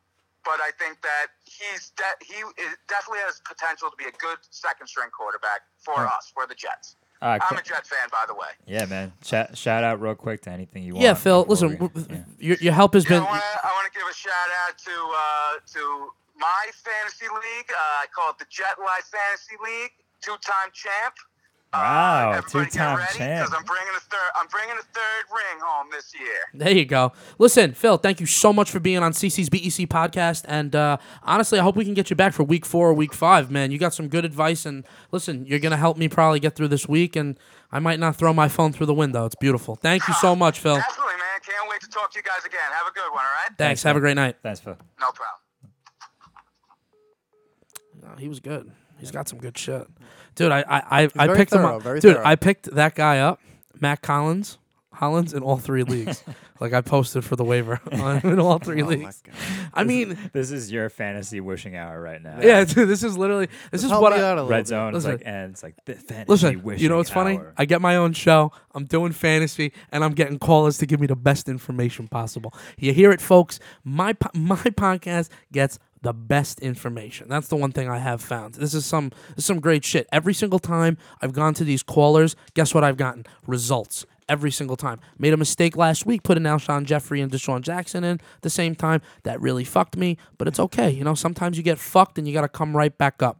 Speaker 4: but I think that he's de- he is, definitely has potential to be a good second string quarterback for
Speaker 2: Yeah.
Speaker 4: us, for the Jets.
Speaker 2: Uh,
Speaker 4: I'm
Speaker 2: Chri-
Speaker 4: a Jet fan, by the way.
Speaker 2: yeah, man. Shout, shout out real quick to anything you want.
Speaker 1: yeah, Phil. Listen,
Speaker 2: before we-
Speaker 1: w-
Speaker 2: yeah.
Speaker 1: your, your help has
Speaker 4: Yeah,
Speaker 1: been.
Speaker 4: I want to I want to give a shout out to uh, to my fantasy league. Uh, I call it the Jet Life Fantasy League. Two time champ.
Speaker 2: Wow,
Speaker 4: uh, everybody get
Speaker 2: two-time
Speaker 4: ready,
Speaker 2: champ.
Speaker 4: Because I'm bringing a third. I'm bringing a third ring home this year.
Speaker 1: There you go. Listen, Phil, thank you so much for being on CC's BEC E podcast. And uh, honestly, I hope we can get you back for week four or week five, man. You got some good advice. And listen, you're going to help me probably get through this week. And I might not throw my phone through the window. It's beautiful. Thank you so much, Phil.
Speaker 4: Absolutely, man. Can't wait to talk to you guys again. Have a good one, all right?
Speaker 1: Thanks. Have a great night.
Speaker 2: Thanks, Phil.
Speaker 4: No problem.
Speaker 1: No, he was good. He's got some good shit, dude. I I I, I
Speaker 3: very
Speaker 1: picked him
Speaker 3: thorough,
Speaker 1: up,
Speaker 3: very
Speaker 1: dude.
Speaker 3: thorough.
Speaker 1: I picked that guy up, Matt Collins, Hollins in all three
Speaker 3: [laughs]
Speaker 1: leagues. like I posted for the waiver on in all three
Speaker 3: Oh my
Speaker 1: leagues.
Speaker 3: God.
Speaker 1: I mean,
Speaker 2: This is your fantasy wishing hour right now.
Speaker 1: yeah, [laughs] dude. This is literally this is
Speaker 3: Help
Speaker 1: what
Speaker 3: me
Speaker 1: I.
Speaker 3: out a little
Speaker 2: Red
Speaker 3: bit.
Speaker 2: zone is
Speaker 1: Listen.
Speaker 2: like and it's like the fantasy
Speaker 1: Listen,
Speaker 2: wishing
Speaker 1: you know what's funny?
Speaker 2: hour.
Speaker 1: I get my own show. I'm doing fantasy, and I'm getting callers to give me the best information possible. You hear it, folks. My po- [laughs] my podcast gets the best information. That's the one thing I have found. This is some this is some great shit. Every single time I've gone to these callers, guess what I've gotten? Results. Every single time. Made a mistake last week, putting Alshon Jeffrey and Deshaun Jackson in at the same time. That really fucked me, but it's okay. You know, sometimes you get fucked and you got to come right back up.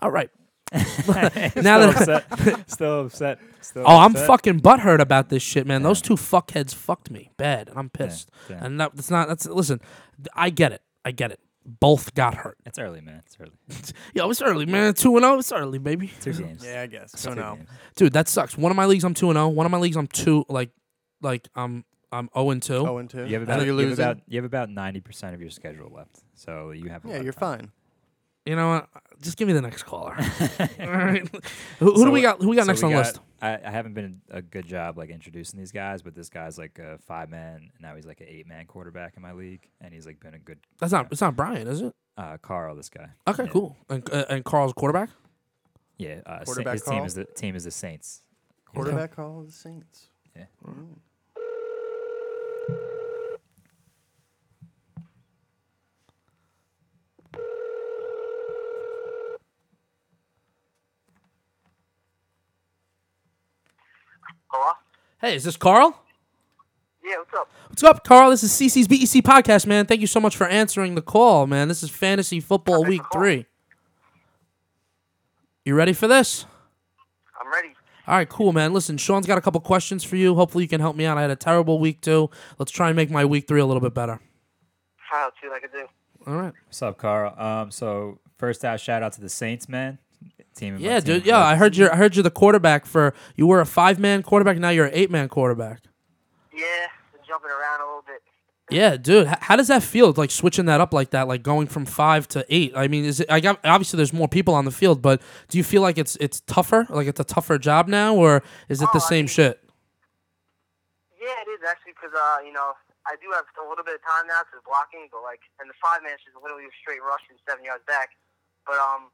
Speaker 1: All right. [laughs] now that
Speaker 2: still
Speaker 1: [laughs]
Speaker 2: upset. [laughs] still upset. Still
Speaker 1: Oh, I'm
Speaker 2: upset.
Speaker 1: fucking butthurt about this shit, man. Those two fuckheads fucked me bad, and I'm pissed.
Speaker 2: yeah.
Speaker 1: And that, that's not. That's listen. th- I get it. I get it. Both got hurt.
Speaker 2: It's early, man. It's
Speaker 1: [laughs]
Speaker 2: early.
Speaker 1: Yo, it's early, man. Two and zero. It's early, baby.
Speaker 2: Two games.
Speaker 3: Yeah, I guess. So
Speaker 2: Two
Speaker 3: no.
Speaker 2: games.
Speaker 1: Dude, that sucks. One of my leagues, I'm two and zero. One of my leagues, I'm two. Like, like I'm I'm zero and two.
Speaker 3: Oh and two.
Speaker 2: You have
Speaker 3: so
Speaker 2: about
Speaker 3: you're
Speaker 2: you have
Speaker 3: losing.
Speaker 2: about you have about ninety percent of your schedule left, so you have. a
Speaker 3: yeah,
Speaker 2: lot of
Speaker 3: you're
Speaker 2: time.
Speaker 3: fine.
Speaker 1: You know what? Just give me the next caller.
Speaker 2: [laughs]
Speaker 1: All right. Who, who do
Speaker 2: So-
Speaker 1: we got? Who we got
Speaker 2: so
Speaker 1: next on the
Speaker 2: got-
Speaker 1: list?
Speaker 2: I, I haven't been a good job like introducing these guys, but this guy's like a five man, and now he's like an eight man quarterback in my league, and he's like been a good.
Speaker 1: That's not. It's not Brian, is it?
Speaker 2: Uh, Carl, this guy.
Speaker 1: Okay,
Speaker 2: Yeah.
Speaker 1: cool. And uh, and Carl's quarterback.
Speaker 2: Yeah, uh, Sa-
Speaker 3: Quarterback
Speaker 2: his
Speaker 3: Carl?
Speaker 2: team is the team is the Saints.
Speaker 3: Quarterback call of the Saints.
Speaker 2: Yeah.
Speaker 3: Mm.
Speaker 4: Hello?
Speaker 1: Hey, is this Carl?
Speaker 4: Yeah, what's up?
Speaker 1: What's up, Carl? This is CC's BEC E podcast, man. Thank you so much for answering the call, man. This is Fantasy Football Week
Speaker 4: for calling.
Speaker 1: 3. You ready for this?
Speaker 4: I'm ready.
Speaker 1: All right, cool, man. Listen, Sean's got a couple questions for you. Hopefully, you can help me out. I had a terrible week, too. Let's try and make my week three a little bit better.
Speaker 4: Try out, see what I can do.
Speaker 1: All right.
Speaker 2: What's up, Carl? Um, so first out, shout out to the Saints, man. Team. in my
Speaker 1: Yeah,
Speaker 2: team
Speaker 1: dude. Yeah,
Speaker 2: was-
Speaker 1: I heard you're, I heard you're the quarterback for. You were a five man quarterback, now you're an eight man quarterback.
Speaker 4: Yeah, been jumping around a little bit.
Speaker 1: Yeah, dude. H- how does that feel? Like switching that up like that, like going from five to eight. I mean, is it? I got obviously there's more people on the field, but do you feel like it's it's tougher? Like it's a tougher job now, or is it the
Speaker 4: Oh, I
Speaker 1: same
Speaker 4: mean-
Speaker 1: shit?
Speaker 4: Yeah, it is actually because uh, you know I do have a little bit of time now because blocking, but like and the five man is just literally a straight rush from seven yards back. But um,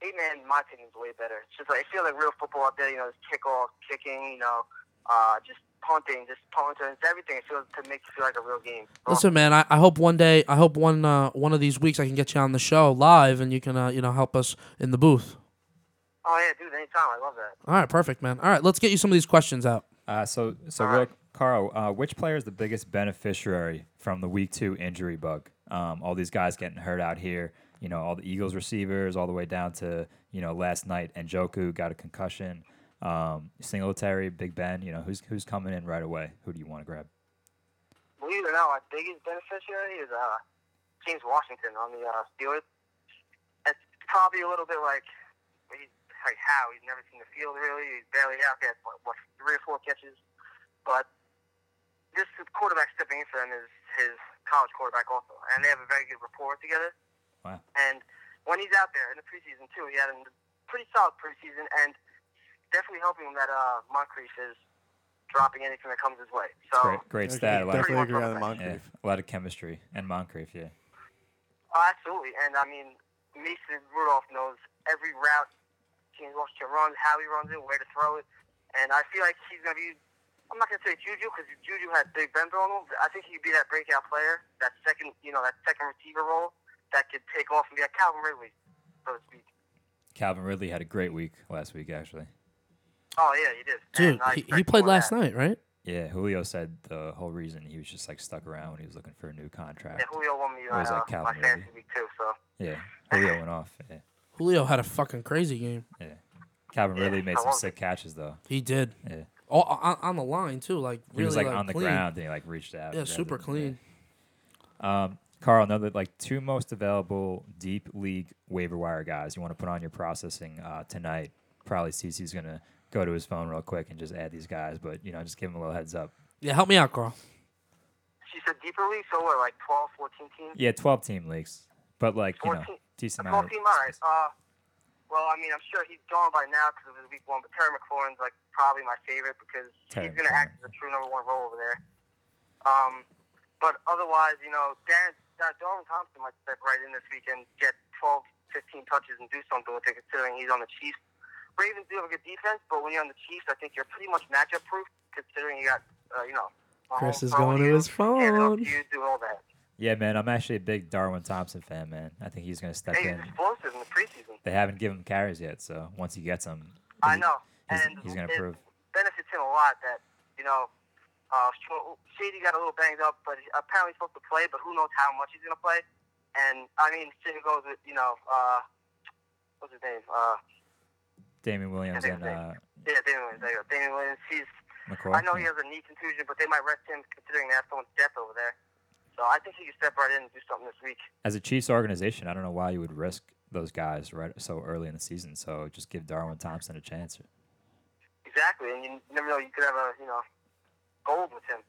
Speaker 4: eight man, in my opinion, is way better. It's just like I feel like real football out there. You know, there's kickoff, kicking. You know, uh, just punting, just punters, everything. It feels to make you feel like a real game.
Speaker 1: Listen, man. I, I hope one day. I hope one uh, one of these weeks I can get you on the show live, and you can uh, you know help us in the booth.
Speaker 4: oh yeah, dude, anytime. I love that.
Speaker 1: All right, perfect, man. All right, let's get you some of these questions out.
Speaker 2: Uh, so so real, Carl, uh, which player is the biggest beneficiary from the week two injury bug? Um, all these guys getting hurt out here. You know, all the Eagles receivers, all the way down to you know last night, and Joku got a concussion. Um, Singletary, Big Ben. You know, who's who's coming in right away? Who do you want to grab?
Speaker 4: Believe it or not, my biggest beneficiary is uh, James Washington on the uh, Steelers. It's probably a little bit like he's like how he's never seen the field really. He's barely out there what, what three or four catches, but this quarterback stepping in for them is his college quarterback also, and they have a very good rapport together.
Speaker 2: Wow.
Speaker 4: And when he's out there in the preseason too, he had a pretty solid preseason, and definitely helping him that uh, Moncrief is dropping anything that comes his way. So.
Speaker 2: Great, great
Speaker 3: Okay,
Speaker 2: stat. A lot, of,
Speaker 4: Pretty
Speaker 3: Definitely agree
Speaker 4: much
Speaker 3: on the
Speaker 4: all
Speaker 3: Moncrief.
Speaker 2: yeah, a lot of chemistry and Moncrief. Yeah,
Speaker 4: Oh, absolutely. And I mean, Mason Rudolph knows every route James Washington runs, how he runs it, where to throw it. And I feel like he's going to be, I'm not going to say Juju because Juju had Big Ben thrown him. I think he'd be that breakout player, that second, you know, that second receiver role that could take off and be like Calvin Ridley, so to speak.
Speaker 2: Calvin Ridley had a great week last week, actually.
Speaker 4: Oh, yeah, he did.
Speaker 1: Dude,
Speaker 4: And I
Speaker 1: he,
Speaker 4: expect
Speaker 1: he played
Speaker 4: more of
Speaker 1: last
Speaker 4: that.
Speaker 1: night, right?
Speaker 2: Yeah, Julio said the whole reason he was just like stuck around when he was looking for a new contract.
Speaker 4: Yeah, Julio won me
Speaker 2: Or was
Speaker 4: uh,
Speaker 2: that Calvin
Speaker 4: my
Speaker 2: Ridley?
Speaker 4: fantasy week, too. So,
Speaker 2: Yeah, Julio went off. Yeah.
Speaker 1: Julio had a fucking crazy game.
Speaker 2: Yeah. Calvin
Speaker 4: Yeah,
Speaker 2: really made
Speaker 4: I
Speaker 2: some
Speaker 4: love
Speaker 2: sick catches though.
Speaker 1: He did.
Speaker 2: Yeah.
Speaker 1: o- on, on the line too. Like
Speaker 2: He
Speaker 1: really
Speaker 2: was like, on the
Speaker 1: clean.
Speaker 2: ground and he like reached out. and
Speaker 1: Yeah,
Speaker 2: grabbed
Speaker 1: super
Speaker 2: it.
Speaker 1: clean.
Speaker 2: Um, Carl, another like two most available deep league waiver wire guys you want to put on your processing uh, tonight. Probably CC's gonna go to his phone real quick and just add these guys, but you know, just give him a little heads up.
Speaker 1: Yeah, help me out, Carl.
Speaker 4: She said deeper league, so what, like 12, 14 teams?
Speaker 2: Yeah, twelve team leagues, but like you know,
Speaker 4: 14
Speaker 2: decent
Speaker 4: A
Speaker 2: amount.
Speaker 4: full
Speaker 2: of
Speaker 4: team, all right.
Speaker 2: space.
Speaker 4: Uh, well, I mean, I'm sure he's gone by now because it was week one, but Terry McLaurin's like probably my favorite because
Speaker 2: Terry
Speaker 4: he's going to act as a true number one role over there. Um, but otherwise, you know, Darren, Dar- Darwin Thompson might step right in this week and get 12, 15 touches and do something with it, considering he's on the Chiefs. Ravens do have a good defense, but when you're on the Chiefs, I think you're pretty much matchup proof, considering you got, uh, you know,
Speaker 5: Chris
Speaker 4: Mahomes
Speaker 5: is
Speaker 4: throwing
Speaker 5: going to
Speaker 4: you,
Speaker 5: his
Speaker 4: Tannehill,
Speaker 5: phone.
Speaker 4: You do all that.
Speaker 2: Yeah, man, I'm actually a big Darwin Thompson fan, man. I think he's gonna step
Speaker 4: And he's
Speaker 2: in.
Speaker 4: explosive in the preseason.
Speaker 2: They haven't given him carries yet, so once he gets them,
Speaker 4: I know.
Speaker 2: he's,
Speaker 4: and
Speaker 2: he's gonna
Speaker 4: it
Speaker 2: prove.
Speaker 4: benefits him a lot that, you know, uh, Sh- Shady got a little banged up, but he- apparently he's supposed to play, but who knows how much he's going to play. And, I mean, Shady goes with, you know, uh, what's his name? Uh,
Speaker 2: Damian Williams
Speaker 4: Yeah,
Speaker 2: and
Speaker 4: they-
Speaker 2: uh,
Speaker 4: yeah, Damian Williams. There you go. Damian Williams, he's,
Speaker 2: McCoy.
Speaker 4: I know he has a knee contusion, but they might rest him considering they have someone's depth over there. So I think he can step right in and do something this week.
Speaker 2: as a Chiefs organization, I don't know why you would risk those guys right so early in the season. So just give Darwin Thompson a chance.
Speaker 4: Exactly. And you never know, you could have a, you know, gold with him.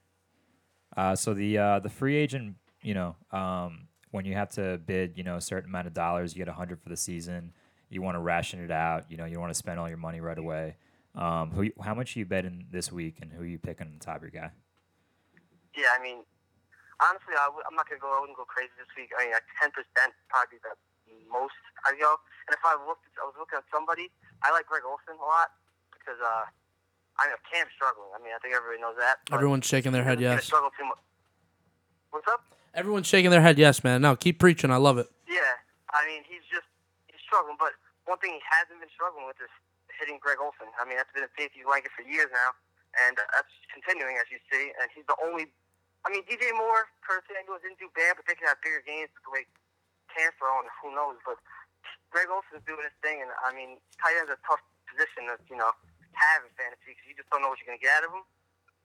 Speaker 2: Uh, so the uh, the free agent, you know, um, when you have to bid, you know, a certain amount of dollars, you get a hundred for the season. You want to ration it out. You know, you don't want to spend all your money right away. Um, who? you- How much are you betting this week, and who are you picking on top of your guy?
Speaker 4: Yeah, I mean, honestly, I w- I'm not gonna go. I wouldn't go crazy this week. I mean, like ten percent probably the most I go. And if I looked, I was looking at somebody. I like Greg Olson a lot because uh, I know Cam's struggling. I mean, I think everybody knows that. but
Speaker 1: Everyone's shaking their head
Speaker 4: he's gonna
Speaker 1: yes.
Speaker 4: Struggle too much. What's up?
Speaker 1: Everyone's shaking their head yes, man. No, keep preaching. I love it.
Speaker 4: Yeah, I mean, he's just he's struggling. But one thing he hasn't been struggling with is hitting Greg Olson. I mean, that's been a safety blanket for years now, and uh, that's continuing as you see. And he's the only. I mean, DJ Moore, Curtis Samuel didn't do bad, but they could have bigger games with the way can throw, and who knows? But Greg Olson's doing his thing, and I mean, tight end's a tough position to you know have in fantasy because you just don't know what you're gonna get out of him.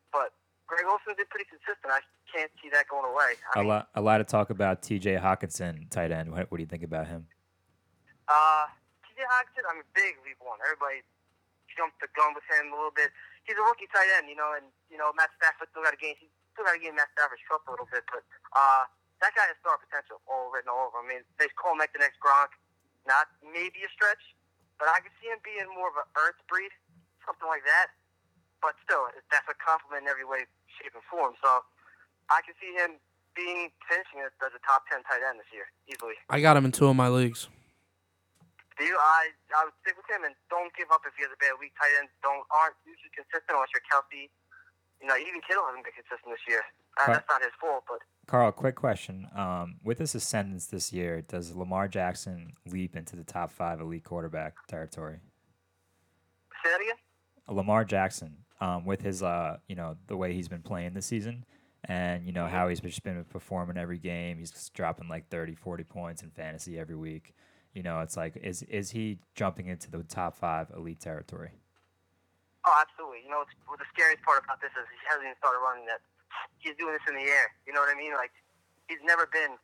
Speaker 4: But Greg Olson's been pretty consistent. I can't see that going away. I
Speaker 2: A
Speaker 4: mean,
Speaker 2: lot, a lot of talk about T.J. Hawkinson, tight end. What, what do you think about him?
Speaker 4: Uh, TJ Hawkinson, I'm a big league one. Everybody jumped the gun with him a little bit. He's a rookie tight end, you know, and you know Matt Stafford still got to gain. He still got to gain Matt Stafford's trust a little bit, but uh, that guy has star potential all written all over. him. I mean, they call him like the next Gronk. Not maybe a stretch, but I could see him being more of an earth breed, something like that. But still, that's a compliment in every way, shape, and form. So I could see him being finishing as as a top ten tight end this year easily.
Speaker 1: I got him in two of my leagues.
Speaker 4: Do you, I I would stick with him and don't give up if he has a bad week. Tight ends don't aren't usually consistent unless you're Kelsey. You know, even Kittle hasn't been consistent this year. Uh,
Speaker 2: Right.
Speaker 4: That's not his fault, but
Speaker 2: Carl, quick question. Um, with his ascendance this year, does Lamar Jackson leap into the top five elite quarterback territory?
Speaker 4: say that again.
Speaker 2: Lamar Jackson, um, with his uh, you know, the way he's been playing this season and you know how he's just been performing every game. He's just dropping like 30, 40 points in fantasy every week. You know, it's like is is he jumping into the top five elite territory?
Speaker 4: Oh, absolutely. You know, it's, well, the scariest part about this is he hasn't even started running yet. He's doing this in the air. You know what I mean? Like, he's never been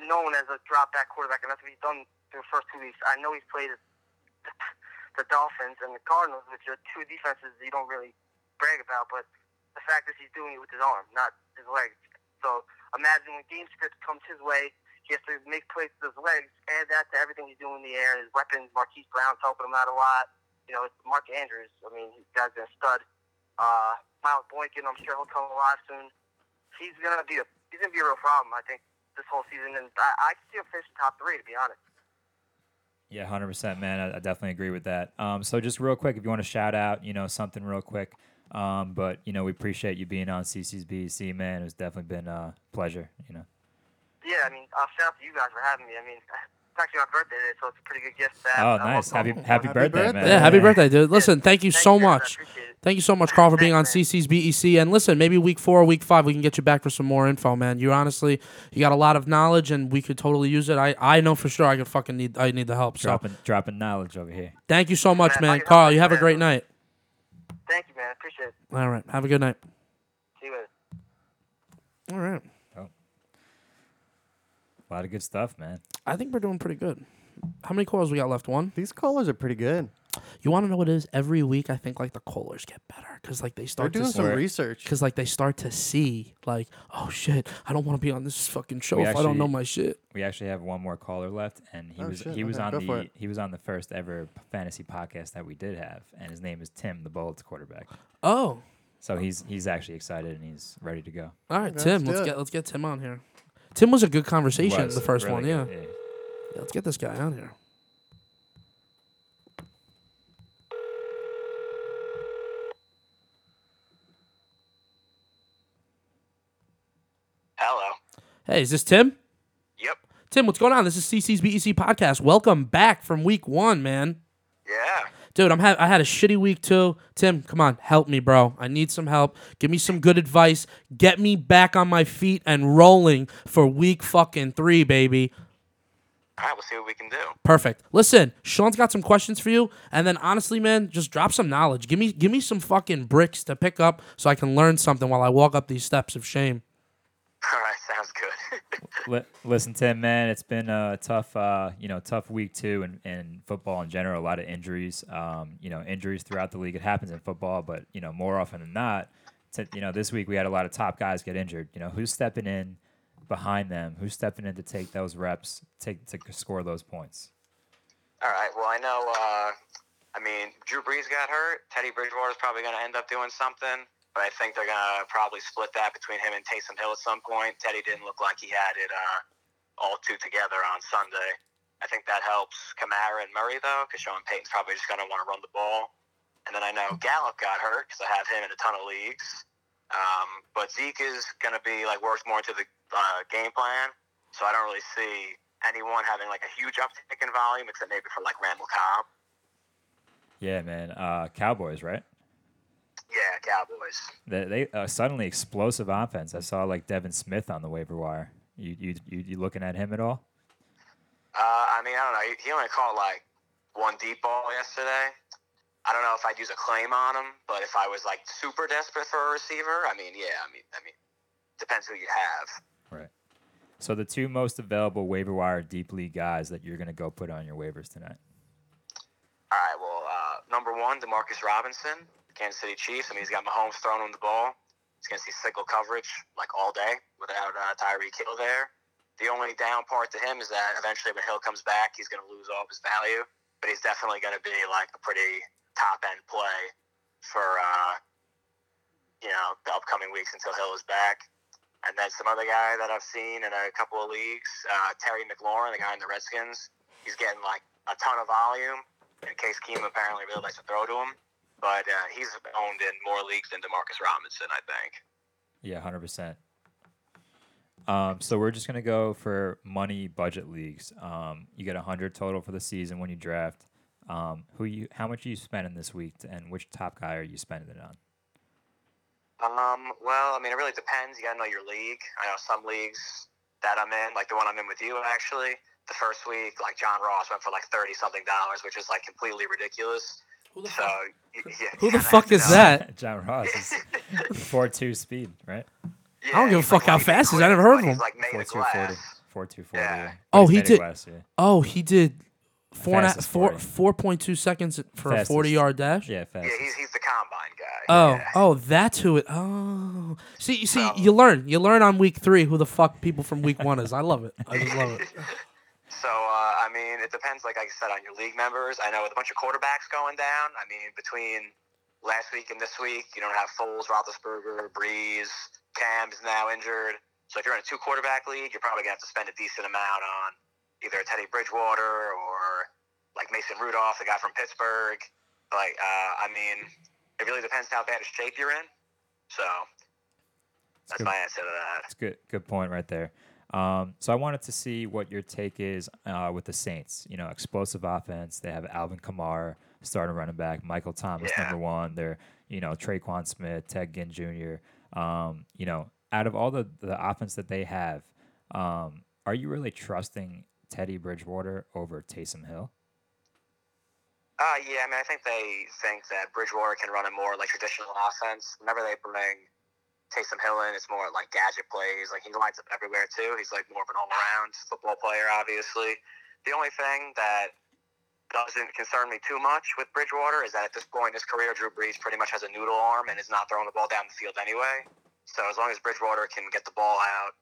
Speaker 4: known as a drop back quarterback, and that's what he's done through the first two weeks. I know he's played the Dolphins and the Cardinals, which are two defenses you don't really brag about, but the fact is he's doing it with his arm, not his legs. So imagine when game script comes his way, he has to make plays with his legs, add that to everything he's doing in the air, his weapons, Marquise Brown's helping him out a lot you know, it's Mark Andrews. I mean, he's guy's been a stud. Uh, Miles Boykin, I'm sure he'll come alive soon. He's gonna be a he's gonna be a real problem, I think, this whole season. And I, I can see him finish top three, to be honest.
Speaker 2: Yeah, hundred percent, man. I, I definitely agree with that. Um, so just real quick, if you want to shout out, you know, something real quick. Um, but you know, we appreciate you being on CC's BEC, E man. It's definitely been uh, a pleasure. You know,
Speaker 4: Yeah, I mean, uh, shout out to you guys for having me. I mean, it's actually my birthday today, so it's a pretty good gift. That
Speaker 2: oh
Speaker 4: I'm
Speaker 2: nice,
Speaker 4: also-
Speaker 2: happy happy,
Speaker 3: happy
Speaker 2: birthday, man.
Speaker 3: birthday.
Speaker 1: Yeah, happy
Speaker 2: Yeah.
Speaker 1: birthday, dude. Listen, thank you
Speaker 4: Thank
Speaker 1: so
Speaker 4: you guys. I
Speaker 1: much.
Speaker 4: appreciate it.
Speaker 1: Thank you so much, Carl, for being on
Speaker 4: Thanks, man.
Speaker 1: CC's BEC. E And listen, maybe week four or week five, we can get you back for some more info, man. You honestly, you got a lot of knowledge, and we could totally use it. I, I know for sure I could fucking need, I need the help. So
Speaker 2: Dropping dropping knowledge over here.
Speaker 1: thank you so much,
Speaker 4: Man,
Speaker 1: man.
Speaker 4: I-
Speaker 1: Carl, you have a
Speaker 4: man.
Speaker 1: great night.
Speaker 6: Thank you, man. Appreciate it.
Speaker 1: All right. Have a good night.
Speaker 6: See you later.
Speaker 1: All right.
Speaker 2: A lot of good stuff, man.
Speaker 1: I think we're doing pretty good. How many calls we got left? One.
Speaker 3: These callers are pretty good.
Speaker 1: You want to know what it is? Every week, I think like the callers get better because like they
Speaker 3: They're
Speaker 1: start
Speaker 3: doing
Speaker 1: to
Speaker 3: some
Speaker 2: Right.
Speaker 3: research.
Speaker 1: because like they start to see like oh shit, I don't want to be on this fucking show
Speaker 2: We
Speaker 1: if I don't know
Speaker 2: actually-
Speaker 1: my shit.
Speaker 2: We actually have one more caller left, and he
Speaker 3: Oh,
Speaker 2: was
Speaker 3: shit,
Speaker 2: he was
Speaker 3: okay, go
Speaker 2: on
Speaker 3: for
Speaker 2: the
Speaker 3: it.
Speaker 2: he was on the first ever p- fantasy podcast that we did have, and his name is Tim, the Bullets quarterback.
Speaker 1: Oh,
Speaker 2: So he's he's actually excited and he's ready to go.
Speaker 1: all right,
Speaker 3: let's
Speaker 1: Tim.
Speaker 3: do
Speaker 1: Let's
Speaker 3: it.
Speaker 1: get let's get Tim on here. Tim was a good conversation.
Speaker 2: Was
Speaker 1: The first
Speaker 2: really
Speaker 1: one, yeah.
Speaker 2: good,
Speaker 1: yeah. Let's get this guy on here.
Speaker 4: Hello.
Speaker 1: Hey, is this Tim?
Speaker 4: Yep.
Speaker 1: Tim, what's going on? This is CC's BEC E podcast. Welcome back from week one, man.
Speaker 4: Yeah.
Speaker 1: Dude, I'm ha- I had a shitty week too. Tim, come on, help me, bro. I need some help. Give me some good advice. Get me back on my feet and rolling for week fucking three, baby.
Speaker 4: All right. We'll see what we can do. [laughs]
Speaker 1: Perfect. Listen, Sean's got some questions for you, and then honestly, man, just drop some knowledge. Give me, give me some fucking bricks to pick up so I can learn something while I walk up these steps of shame.
Speaker 4: All right. Sounds good. [laughs]
Speaker 2: Li- listen, Tim, man, it's been a tough, uh, you know, tough week too, and in, in football in general, a lot of injuries. Um, you know, injuries throughout the league. It happens in football, but you know, more often than not, t- you know, this week we had a lot of top guys get injured. You know, who's stepping in behind them? Who's stepping in to take those reps, take to score those points?
Speaker 4: All right. Well, I know. Uh, I mean, Drew Brees got hurt. Teddy Bridgewater's probably going to end up doing something, but I think they're going to probably split that between him and Taysom Hill at some point. Teddy didn't look like he had it uh, all two together on Sunday. I think that helps Kamara and Murray though, because Sean Payton's probably just going to want to run the ball. And then I know Gallup got hurt because I have him in a ton of leagues. Um, but Zeke is going to be like worked more into the uh, game plan. So I don't really see anyone having like a huge uptick in volume, except maybe for like Randall Cobb.
Speaker 2: Yeah, man, uh, Cowboys, right?
Speaker 4: Yeah, Cowboys.
Speaker 2: They, they uh, suddenly explosive offense. I saw like Devin Smith on the waiver wire. You you you, you looking at him at all?
Speaker 4: Uh, I mean, I don't know. He- He only caught like one deep ball yesterday. I don't know if I'd use a claim on him, but if I was like super desperate for a receiver, I mean, yeah, I mean, I mean, depends who you have.
Speaker 2: Right. So the two most available waiver wire deep league guys that you're gonna go put on your waivers tonight.
Speaker 4: All right. Well, uh, number one, Demarcus Robinson, Kansas City Chiefs. I mean, he's got Mahomes throwing him the ball. He's going to see sickle coverage like all day without uh, Tyreek Hill there. The only down part to him is that eventually when Hill comes back, he's going to lose all of his value. But he's definitely going to be like a pretty top end play for uh, you know the upcoming weeks until Hill is back. And then some other guy that I've seen in a couple of leagues, uh, Terry McLaurin, the guy in the Redskins. He's getting like a ton of volume in case Keem apparently really likes to throw to him. But uh, he's owned in more leagues than Demarcus Robinson, I think.
Speaker 2: Yeah, hundred percent. Um, so we're just gonna go for money budget leagues. Um, you get hundred total for the season when you draft. Um, who you? How much are you spending this week, and which top guy are you spending it on?
Speaker 4: Um, well, I mean, it really depends. You gotta know your league. I know some leagues that I'm in, like the one I'm in with you, actually. The first week, like John Ross went for like thirty something dollars, which is like completely ridiculous.
Speaker 1: Who the
Speaker 4: So,
Speaker 1: fuck,
Speaker 4: y- yeah,
Speaker 1: who the
Speaker 4: yeah,
Speaker 1: fuck
Speaker 4: that's
Speaker 1: is
Speaker 4: dumb.
Speaker 1: that?
Speaker 2: [laughs] John Ross is four two speed, right?
Speaker 1: I don't
Speaker 4: Yeah,
Speaker 1: give a
Speaker 4: he's,
Speaker 1: fuck
Speaker 4: like,
Speaker 1: how
Speaker 4: lightning
Speaker 1: fast he is. I
Speaker 4: quick,
Speaker 1: never heard
Speaker 4: but
Speaker 1: of him.
Speaker 4: He's like
Speaker 2: Four
Speaker 4: made of
Speaker 2: two forty.
Speaker 4: glass.
Speaker 2: Four two forty.
Speaker 4: Yeah.
Speaker 2: yeah.
Speaker 1: Oh,
Speaker 2: He's
Speaker 1: he
Speaker 2: made of
Speaker 1: did-
Speaker 2: glass, yeah.
Speaker 1: Oh, he did four and a,
Speaker 2: Fastest
Speaker 1: four
Speaker 2: 40.
Speaker 1: four point two seconds for
Speaker 2: Fastest.
Speaker 1: a forty yard dash.
Speaker 2: Yeah, fast.
Speaker 4: Yeah, he's, he's the combine guy.
Speaker 1: Oh,
Speaker 4: yeah.
Speaker 1: oh, that's who it. Oh, see, you see,
Speaker 4: So-
Speaker 1: you learn, you learn on week three who the fuck people from week one is. I love it. I just love it.
Speaker 4: So uh, I mean, it depends. Like I said, on your league members. I know with a bunch of quarterbacks going down. I mean, between last week and this week, you don't have Foles, Roethlisberger, Breeze, Cam's now injured. So if you're in a two quarterback league, you're probably gonna have to spend a decent amount on either Teddy Bridgewater or like Mason Rudolph, the guy from Pittsburgh. Like uh, I mean, it really depends how bad a shape you're in. So
Speaker 2: It's
Speaker 4: that's
Speaker 2: good.
Speaker 4: my answer to that.
Speaker 2: That's good. Good point right there. Um, so I wanted to see what your take is uh, with the Saints. You know, explosive offense. They have Alvin Kamara, starting running back, Michael Thomas,
Speaker 4: Yeah.
Speaker 2: number one. They're you know Traquan Smith, Ted Ginn Jr. Um, you know, out of all the the offense that they have, um, are you really trusting Teddy Bridgewater over Taysom Hill?
Speaker 4: Uh, yeah, I mean, I think they think that Bridgewater can run a more like traditional offense. Whenever they bring Taysom Hill in, it's more like gadget plays. Like he lines up everywhere too. He's like more of an all-around football player, obviously. The only thing that doesn't concern me too much with Bridgewater is that at this point in his career, Drew Brees pretty much has a noodle arm and is not throwing the ball down the field anyway. So as long as Bridgewater can get the ball out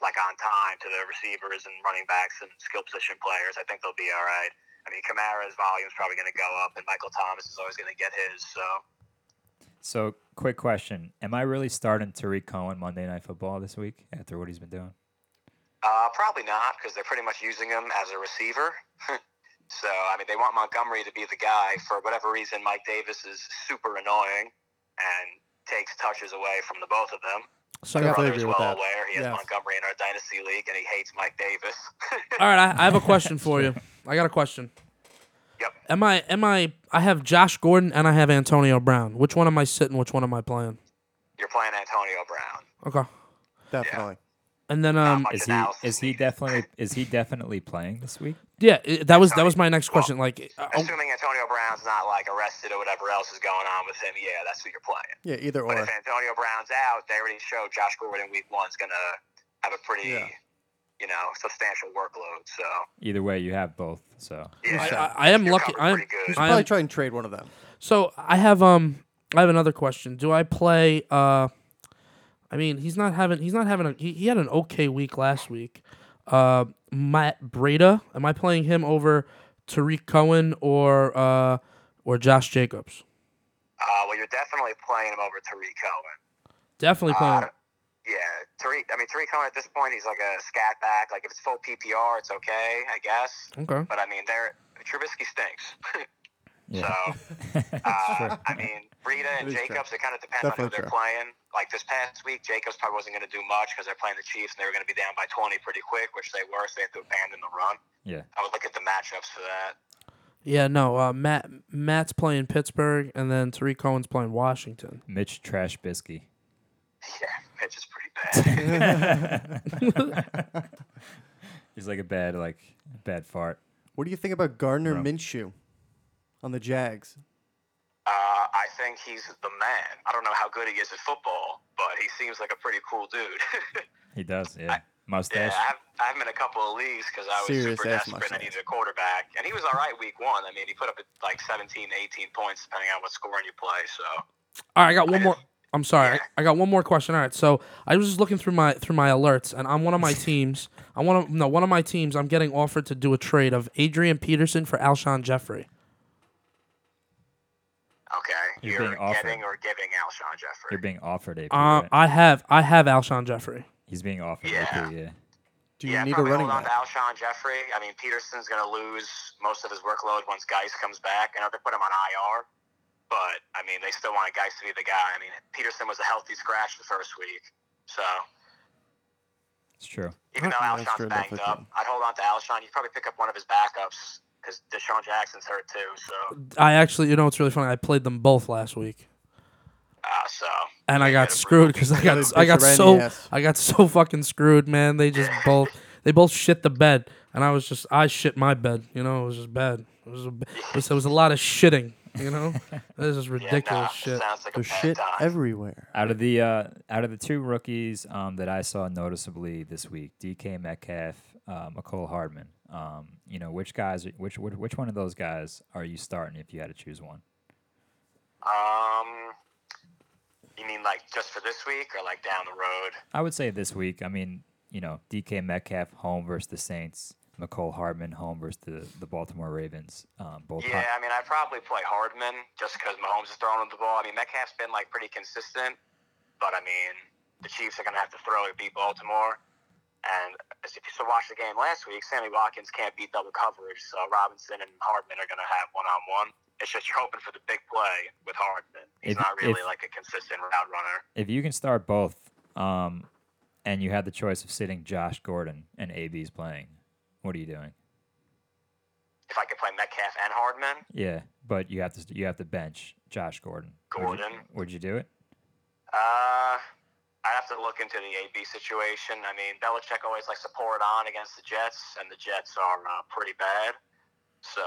Speaker 4: like on time to the receivers and running backs and skill position players, I think they'll be all right. I mean, Kamara's volume is probably going to go up, and Michael Thomas is always going to get his. So
Speaker 2: So, quick question: Am I really starting Tariq Cohen Monday Night Football this week after what he's been doing?
Speaker 4: uh, probably not because they're pretty much using him as a receiver. [laughs] so I mean, they want Montgomery to be the guy for whatever reason. Mike Davis is super annoying and takes touches away from the both of them.
Speaker 1: So I
Speaker 3: Yeah.
Speaker 1: got,
Speaker 3: Definitely
Speaker 4: Brother's
Speaker 3: agree with
Speaker 4: well
Speaker 3: that.
Speaker 4: aware he has
Speaker 1: Yeah.
Speaker 4: Montgomery in our dynasty league, and he hates Mike Davis. [laughs]
Speaker 1: all right, I, I have a question for you. I got a question.
Speaker 4: Yep.
Speaker 1: Am I am I I have Josh Gordon and I have Antonio Brown. Which one am I sitting? Which one am I playing?
Speaker 4: You're playing Antonio Brown.
Speaker 1: Okay.
Speaker 3: Definitely.
Speaker 1: And then
Speaker 4: Not
Speaker 1: um
Speaker 4: much
Speaker 2: Is he
Speaker 4: analysis
Speaker 2: is he
Speaker 4: needed.
Speaker 2: definitely is he definitely playing this week?
Speaker 1: yeah, i that was that was my next question. Like uh, oh,
Speaker 4: Assuming Antonio Brown's not like arrested or whatever else is going on with him, yeah, that's who you're playing.
Speaker 3: Yeah, either
Speaker 4: But
Speaker 3: or.
Speaker 4: if Antonio Brown's out, they already showed Josh Gordon in week one's going to have a pretty,
Speaker 3: Yeah.
Speaker 4: you know, substantial workload. So,
Speaker 2: Either way, you have both. So
Speaker 4: yeah.
Speaker 1: I,
Speaker 3: should.
Speaker 1: I, I am
Speaker 4: You're
Speaker 1: lucky.
Speaker 4: covered
Speaker 1: I am,
Speaker 4: pretty good.
Speaker 3: You should
Speaker 1: I
Speaker 3: probably
Speaker 1: am
Speaker 3: try and trade one of them.
Speaker 1: So I have um I have another question. Do I play uh I mean he's not having he's not having a he, he had an okay week last week. Uh Matt Breda, am I playing him over Tariq Cohen or uh or Josh Jacobs?
Speaker 4: uh, well, you're definitely playing him over Tariq Cohen.
Speaker 1: Definitely playing.
Speaker 4: Uh, yeah, Tariq. I mean, Tariq Cohen at this point, he's like a scat back. Like if it's full PPR, it's okay, I guess.
Speaker 1: okay.
Speaker 4: But I mean, they're Trubisky stinks. [laughs]
Speaker 2: yeah,
Speaker 4: So.
Speaker 2: It's true.
Speaker 4: Uh, [laughs] I mean, Breida and
Speaker 3: It is true.
Speaker 4: Jacobs, it kind of depends on who
Speaker 3: Definitely
Speaker 4: they're
Speaker 3: true.
Speaker 4: playing. Like this past week, Jacobs probably wasn't going to do much because they're playing the Chiefs and they were going to be down by 20 pretty quick, which they were, so they had to abandon the run.
Speaker 2: yeah.
Speaker 4: I would look at the matchups for that.
Speaker 1: Yeah, no. Uh, Matt Matt's playing Pittsburgh and then Tariq Cohen's playing Washington.
Speaker 2: Mitch Trash Bisky.
Speaker 4: Yeah, pitch is pretty bad.
Speaker 3: [laughs]
Speaker 2: He's like a bad like bad fart.
Speaker 3: What do you think about Gardner
Speaker 2: Bro.
Speaker 3: Minshew on the Jags?
Speaker 4: uh, I think he's the man. I don't know how good he is at football, but he seems like a pretty cool dude. [laughs]
Speaker 2: He does. Yeah,
Speaker 4: yeah,
Speaker 2: mustache.
Speaker 4: I've, I've been in a couple of leagues because I was
Speaker 3: Serious
Speaker 4: super
Speaker 3: ass
Speaker 4: desperate and I
Speaker 3: mustache.
Speaker 4: needed a quarterback. And he was all right week one. I mean, he put up like 17, 18 points depending on what scoring you play, so.
Speaker 1: All right, I got one
Speaker 4: I
Speaker 1: more. I'm sorry,
Speaker 4: Yeah.
Speaker 1: I got one more question. All right, so I was just looking through my through my alerts, and on one of my teams, I want to no one of my teams. I'm getting offered to do a trade of Adrian Peterson for Alshon Jeffrey.
Speaker 4: Okay.
Speaker 2: You're
Speaker 4: You're,
Speaker 2: being offered.
Speaker 4: getting or giving Alshon Jeffrey.
Speaker 2: You're being offered AP.
Speaker 1: Uh,
Speaker 2: right?
Speaker 1: I have I have Alshon Jeffrey.
Speaker 2: He's being offered
Speaker 4: Yeah.
Speaker 2: AP. Yeah.
Speaker 3: Do you
Speaker 4: yeah,
Speaker 3: need a
Speaker 4: probably
Speaker 3: running
Speaker 4: hold on
Speaker 3: back?
Speaker 4: to Alshon Jeffrey. I mean, Peterson's going to lose most of his workload once Geis comes back. I know they put him on IR, but I mean, they still want Geis to be the guy. I mean, Peterson was a healthy scratch the first week, so
Speaker 2: It's true.
Speaker 4: even though
Speaker 3: That's
Speaker 4: Alshon's
Speaker 3: true,
Speaker 4: banged
Speaker 3: definitely.
Speaker 4: up, I'd hold on to Alshon. You'd probably pick up one of his backups because Deshaun Jackson's hurt too. So,
Speaker 1: I actually, you know, it's really funny. I played them both last week,
Speaker 4: uh, so
Speaker 1: and I
Speaker 4: Yeah,
Speaker 1: got
Speaker 3: [laughs]
Speaker 4: they're
Speaker 1: screwed
Speaker 4: brutal.
Speaker 1: because I got
Speaker 3: Really
Speaker 1: I got
Speaker 3: bitch around the
Speaker 1: so
Speaker 3: ass.
Speaker 1: I got so fucking screwed, man. They just both they both shit the bed, and I was just I shit my bed. You know, it was just bad. It was a, b- it was, it was a lot of shitting. You
Speaker 3: [laughs]
Speaker 1: know, this is
Speaker 4: yeah,
Speaker 1: ridiculous
Speaker 4: nah,
Speaker 1: shit.
Speaker 4: sounds like a
Speaker 3: There's
Speaker 4: bad
Speaker 3: shit
Speaker 4: time.
Speaker 3: everywhere.
Speaker 2: Out of the uh, out of the two rookies um, that I saw noticeably this week, DK Metcalf, uh, McCole Hardman. Um, you know which guys, which, which which one of those guys are you starting if you had to choose one?
Speaker 4: um, you mean like just for this week or like down the road?
Speaker 2: I would say this week. I mean, you know, DK Metcalf home versus the Saints, McCole Hardman home versus the, the Baltimore Ravens. Um, both hot-
Speaker 4: Yeah, I mean, I'd probably play Hardman just because Mahomes is throwing him the ball. I mean, Metcalf's been like pretty consistent, but I mean, the Chiefs are going to have to throw to beat Baltimore. And as if you still watch the game last week, Sammy Watkins can't beat double coverage, so Robinson and Hardman are going to have one on one. It's just you're hoping for the big play with Hardman. He's
Speaker 2: If-
Speaker 4: not really
Speaker 2: if-
Speaker 4: like a consistent route runner.
Speaker 2: if you can start both, um, and you had the choice of sitting Josh Gordon and AB's playing, what are you doing?
Speaker 4: If I could play Metcalf and Hardman,
Speaker 2: Yeah, but you have to you have to bench Josh Gordon. Would you-
Speaker 4: Gordon.
Speaker 2: would you do it?
Speaker 4: Uh, I have to look into the AB situation. I mean, Belichick always likes to pour it on against the Jets, and the Jets are uh, pretty bad. So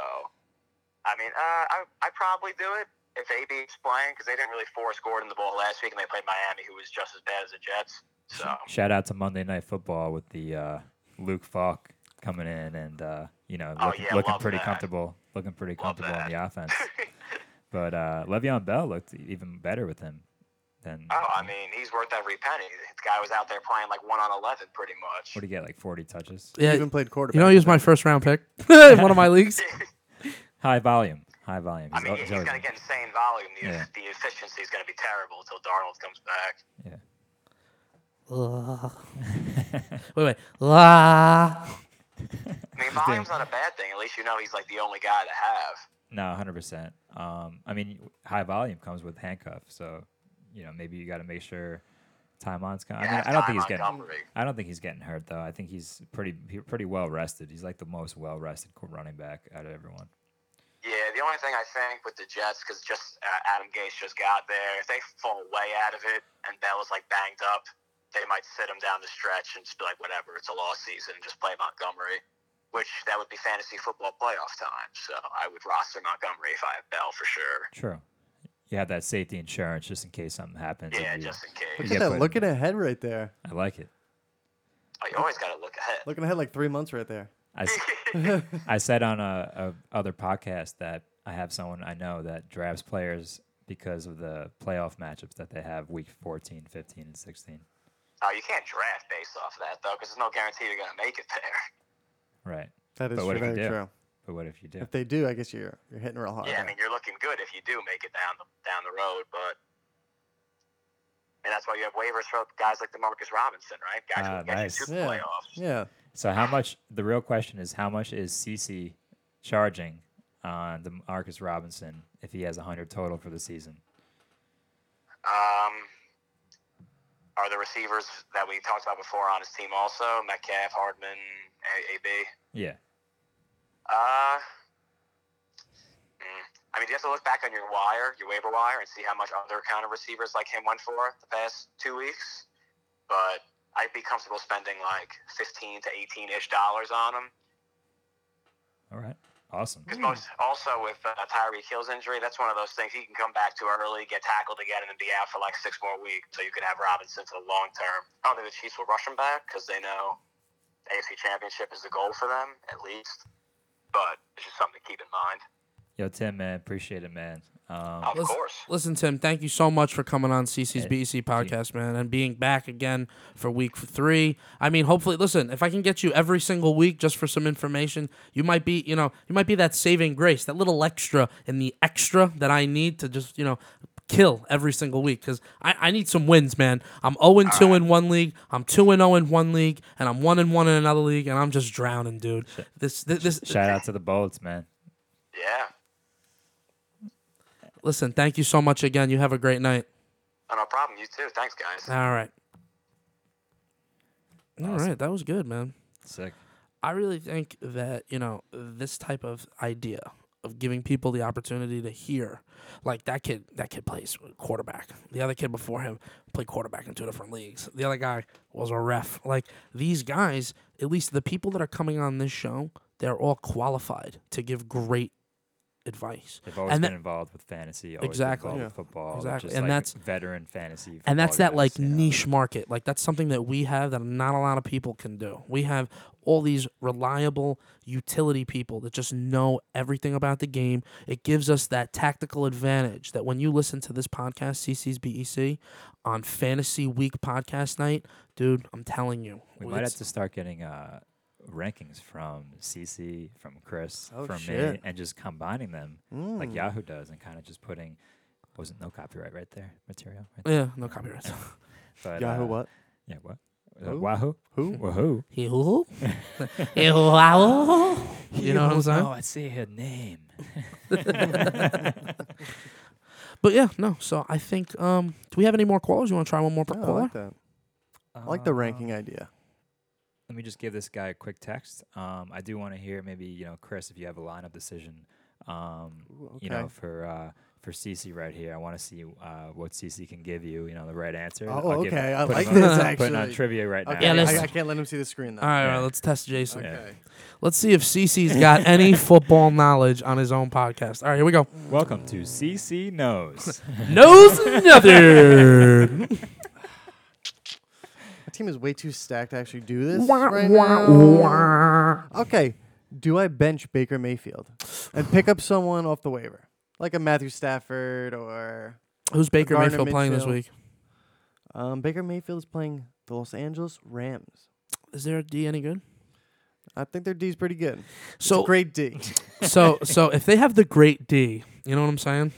Speaker 4: I mean, uh, I I probably do it if AB's playing because they didn't really force Gordon the ball last week, and they played Miami, who was just as bad as the Jets.
Speaker 2: [laughs]
Speaker 4: So oh,
Speaker 2: Shout out to Monday Night Football with the uh, Luke Falk coming in and uh, you know
Speaker 4: Oh,
Speaker 2: looking,
Speaker 4: yeah,
Speaker 2: looking
Speaker 4: love
Speaker 2: pretty
Speaker 4: that.
Speaker 2: comfortable, looking pretty comfortable on
Speaker 4: that.
Speaker 2: the
Speaker 4: [laughs]
Speaker 2: offense. but uh, Le'Veon Bell looked even better with him than.
Speaker 4: Oh, I mean, he's worth every penny. This guy was out there playing like one on eleven, pretty much.
Speaker 2: what do you get like forty touches?
Speaker 1: Yeah,
Speaker 3: Even played quarterback.
Speaker 1: you know, he was my first round
Speaker 3: [laughs]
Speaker 1: pick [laughs] in one of my leagues.
Speaker 2: High volume, high volume.
Speaker 4: I mean,
Speaker 2: al-
Speaker 4: yeah, he's
Speaker 2: always-
Speaker 4: going to get insane volume. The,
Speaker 2: Yeah.
Speaker 4: the efficiency is going to be terrible until Darnold comes back.
Speaker 1: Ugh. wait, wait. La.
Speaker 4: I mean, volume's not a bad thing. At least you know he's like the only guy to have.
Speaker 2: No, hundred percent. Um, I mean, high volume comes with handcuff, so you know maybe you got to make sure time on's coming. I mean,
Speaker 4: have
Speaker 2: I don't
Speaker 4: Ty
Speaker 2: think he's getting.
Speaker 4: Montgomery.
Speaker 2: I don't think he's getting hurt though. I think he's pretty he- pretty well rested. He's like the most well rested running back out of everyone.
Speaker 4: Yeah, the only thing I think with the Jets, because just uh, Adam Gase just got there, if they fall way out of it and Bell is like banged up, they might sit him down the stretch and just be like, whatever, it's a lost season, just play Montgomery, which that would be fantasy football playoff time. So I would roster Montgomery if I have Bell for sure.
Speaker 2: True. You have that safety insurance just in case something happens. if
Speaker 4: Yeah,
Speaker 2: you-
Speaker 4: just in
Speaker 2: you
Speaker 4: case.
Speaker 3: Look at
Speaker 2: get
Speaker 3: that.
Speaker 2: put-
Speaker 3: Looking ahead right there.
Speaker 2: I like it.
Speaker 4: Oh, you always got to look ahead.
Speaker 3: [laughs]
Speaker 4: [laughs]
Speaker 3: Looking ahead like three months right there.
Speaker 2: I, s- I said on a, a other podcast that I have someone I know that drafts players because of the playoff matchups that they have week 14, 15, and 16.
Speaker 4: Oh, you can't draft based off of that though, because there's no guarantee you're gonna make it there.
Speaker 2: Right.
Speaker 3: That is
Speaker 2: But what if you
Speaker 3: very
Speaker 2: do?
Speaker 3: true.
Speaker 2: But what if you do?
Speaker 3: If they do, I guess you're you're hitting real hard.
Speaker 4: Yeah, I
Speaker 3: there.
Speaker 4: mean you're looking good if you do make it down the down the road, but and that's why you have waivers for guys like Demarcus Robinson, right? Guys
Speaker 2: Ah,
Speaker 4: who can
Speaker 2: nice.
Speaker 4: get you to the
Speaker 3: Yeah.
Speaker 4: playoffs.
Speaker 3: yeah.
Speaker 2: So how much? The real question is how much is CC charging on the Marcus Robinson if he has 100 total for the season?
Speaker 4: Um, are the receivers that we talked about before on his team also Metcalf, Hardman, A- AB?
Speaker 2: Yeah.
Speaker 4: Uh, mm, I mean, you have to look back on your wire, your waiver wire, and see how much other kind of receivers like him went for the past two weeks. But I'd be comfortable spending like fifteen to eighteen ish dollars on him.
Speaker 2: All right. Awesome.
Speaker 4: Because most also with uh, Tyreek Hill's injury, that's one of those things he can come back too early, get tackled again, and then be out for like six more weeks. So you could have Robinson for the long term. I don't think the Chiefs will rush him back because they know the AFC Championship is the goal for them at least. But it's just something to keep in mind.
Speaker 2: Yo, Tim, man, appreciate it, man. Um,
Speaker 4: Of
Speaker 1: Listen-
Speaker 4: course.
Speaker 1: Listen, Tim, thank you so much for coming on CC's
Speaker 2: Hey,
Speaker 1: BEC E podcast, man, and being back again for week three. I mean, hopefully, listen, if I can get you every single week just for some information, you might be, you know, you might be that saving grace, that little extra in the extra that I need to just, you know, kill every single week because I, I need some wins, man. I'm 0 2 in one league, I'm 2 and 0 in one league, and I'm 1 and 1 in another league, and I'm just drowning, dude. This, this, this
Speaker 2: Shout out to the Bolts, man.
Speaker 4: Yeah.
Speaker 1: listen, thank you so much again. You have a great night.
Speaker 4: Oh, no problem. You too. Thanks, guys.
Speaker 1: All right. All right, that was good, man.
Speaker 2: Sick.
Speaker 1: I really think that, you know, this type of idea of giving people the opportunity to hear like that kid that kid plays quarterback. The other kid before him played quarterback in two different leagues. The other guy was a ref. Like these guys, at least the people that are coming on this show, they're all qualified to give great advice.
Speaker 2: They've always
Speaker 1: And
Speaker 2: been
Speaker 1: that-
Speaker 2: involved with fantasy, always
Speaker 1: Exactly.
Speaker 2: exactly. involved
Speaker 3: Yeah.
Speaker 2: with football,
Speaker 1: Exactly.
Speaker 2: just
Speaker 1: And
Speaker 2: like
Speaker 1: that's-
Speaker 2: veteran fantasy, football
Speaker 1: and that's that
Speaker 2: guys,
Speaker 1: like
Speaker 2: you know.
Speaker 1: niche market like that's something that we have that not a lot of people can do we have all these reliable utility people that just know everything about the game it gives us that tactical advantage that when you listen to this podcast cc's bec E on fantasy week podcast night dude i'm telling you
Speaker 2: We might
Speaker 1: it's-
Speaker 2: have to start getting uh, rankings from CC, from Chris,
Speaker 3: Oh,
Speaker 2: from me,
Speaker 3: shit.
Speaker 2: and just combining them
Speaker 3: Mm. Hmm.
Speaker 2: like Yahoo does, and kind of just putting wasn't no copyright right there material. Right there.
Speaker 1: yeah no copyrights
Speaker 2: [laughs] But,
Speaker 3: Eh, Yahoo
Speaker 2: uh,
Speaker 3: what?
Speaker 1: [laughs]
Speaker 2: Yeah, what? Uh,
Speaker 3: Who?
Speaker 2: Wahoo.
Speaker 3: Who? [laughs]
Speaker 2: Wahoo.
Speaker 1: Hee hoo. Hee hoo ah hoo. you know what i'm saying
Speaker 2: Oh, I see her
Speaker 3: [laughs]
Speaker 2: name. [laughs]
Speaker 1: but yeah no so i think um do we have any more callers you want to try one more per
Speaker 3: Yeah, I
Speaker 1: caller
Speaker 3: like that. I like
Speaker 1: Uh,
Speaker 3: the ranking idea.
Speaker 2: Uh, let me just give this guy a quick text. Um, I do want to hear maybe you know Chris if you have a lineup decision, um, you know
Speaker 3: okay.
Speaker 2: for uh, for CC right here. I want to see uh, what CC can give you. You know, the right answer.
Speaker 3: Oh,
Speaker 2: I'll give-
Speaker 3: okay, I
Speaker 2: put
Speaker 3: like
Speaker 2: him on-
Speaker 3: this,
Speaker 2: Putting on
Speaker 3: actually.
Speaker 2: trivia right
Speaker 3: Okay,
Speaker 1: Yeah,
Speaker 2: now.
Speaker 1: let's-
Speaker 3: I, I can't let him see the screen though.
Speaker 1: All right, all right,
Speaker 2: Yeah.
Speaker 1: let's test Jason.
Speaker 2: Okay.
Speaker 3: Okay.
Speaker 1: Let's see if CC's got
Speaker 3: [laughs]
Speaker 1: any football knowledge on his own podcast. All right, here [laughs] we go.
Speaker 2: Welcome to CC
Speaker 3: [laughs]
Speaker 2: Knows.
Speaker 1: Knows nothing.
Speaker 3: My team is way too stacked to actually do this
Speaker 1: Wah,
Speaker 3: right
Speaker 1: wah,
Speaker 3: now.
Speaker 1: wah.
Speaker 3: Okay, do I bench Baker Mayfield and pick up someone off the waiver, like a Matthew Stafford or
Speaker 1: Who's Baker
Speaker 3: Gardner
Speaker 1: Mayfield playing this
Speaker 3: Mitchell.
Speaker 1: week?
Speaker 3: um, Baker Mayfield is playing the Los Angeles Rams.
Speaker 1: Is their D any good?
Speaker 3: I think their D's pretty good.
Speaker 1: So
Speaker 3: Great D.
Speaker 1: so so if they have the great D, you know what I'm saying?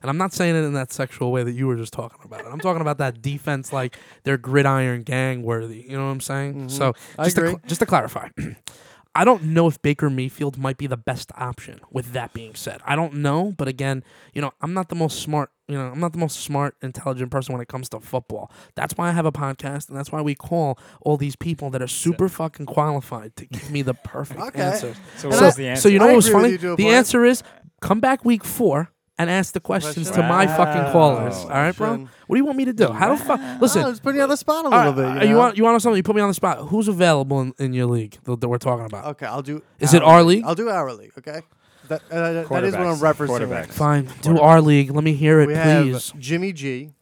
Speaker 1: And I'm not saying it in that sexual way that you were just talking about. I'm talking about that defense like they're gridiron gang worthy. You know what I'm saying?
Speaker 3: Mhm.
Speaker 1: So
Speaker 3: I
Speaker 1: just to
Speaker 3: agree.
Speaker 1: cl- just to clarify. [clears throat] I don't know if Baker Mayfield might be the best option. With that being said, I don't know, but again, you know, I'm not the most smart. You know, I'm not the most smart, intelligent person when it comes to football. That's why I have a podcast, and that's why we call all these people that are super fucking qualified to give me the perfect
Speaker 3: [laughs] Okay.
Speaker 1: answers.
Speaker 2: So
Speaker 1: And
Speaker 2: what
Speaker 1: I-
Speaker 2: was the answer?
Speaker 1: So you know
Speaker 3: I
Speaker 1: what
Speaker 3: [laughs]
Speaker 1: was
Speaker 3: agree with
Speaker 1: funny?
Speaker 3: you to a
Speaker 1: The
Speaker 3: point.
Speaker 1: answer is come back week four and ask the questions to my fucking
Speaker 2: Wow.
Speaker 1: callers. All right, bro.
Speaker 3: Question.
Speaker 1: What do you want me to do? How the fuck? Listen.
Speaker 3: oh, it's putting you on the spot a
Speaker 1: all
Speaker 3: little
Speaker 1: right, uh,
Speaker 3: bit. You,
Speaker 1: you
Speaker 3: know?
Speaker 1: want you want to know something? You put me on the spot. Who's available in, in your league that, that we're talking about?
Speaker 3: Okay, I'll do.
Speaker 1: Is it our league?
Speaker 3: I'll do our league. Okay. That, uh, that- that is what I'm
Speaker 2: Quarterbacks.
Speaker 3: referencing. right
Speaker 2: Quarterbacks.
Speaker 3: now.
Speaker 1: Fine, do our league. Let me hear it,
Speaker 3: uh, We
Speaker 1: please.
Speaker 3: have Jimmy G,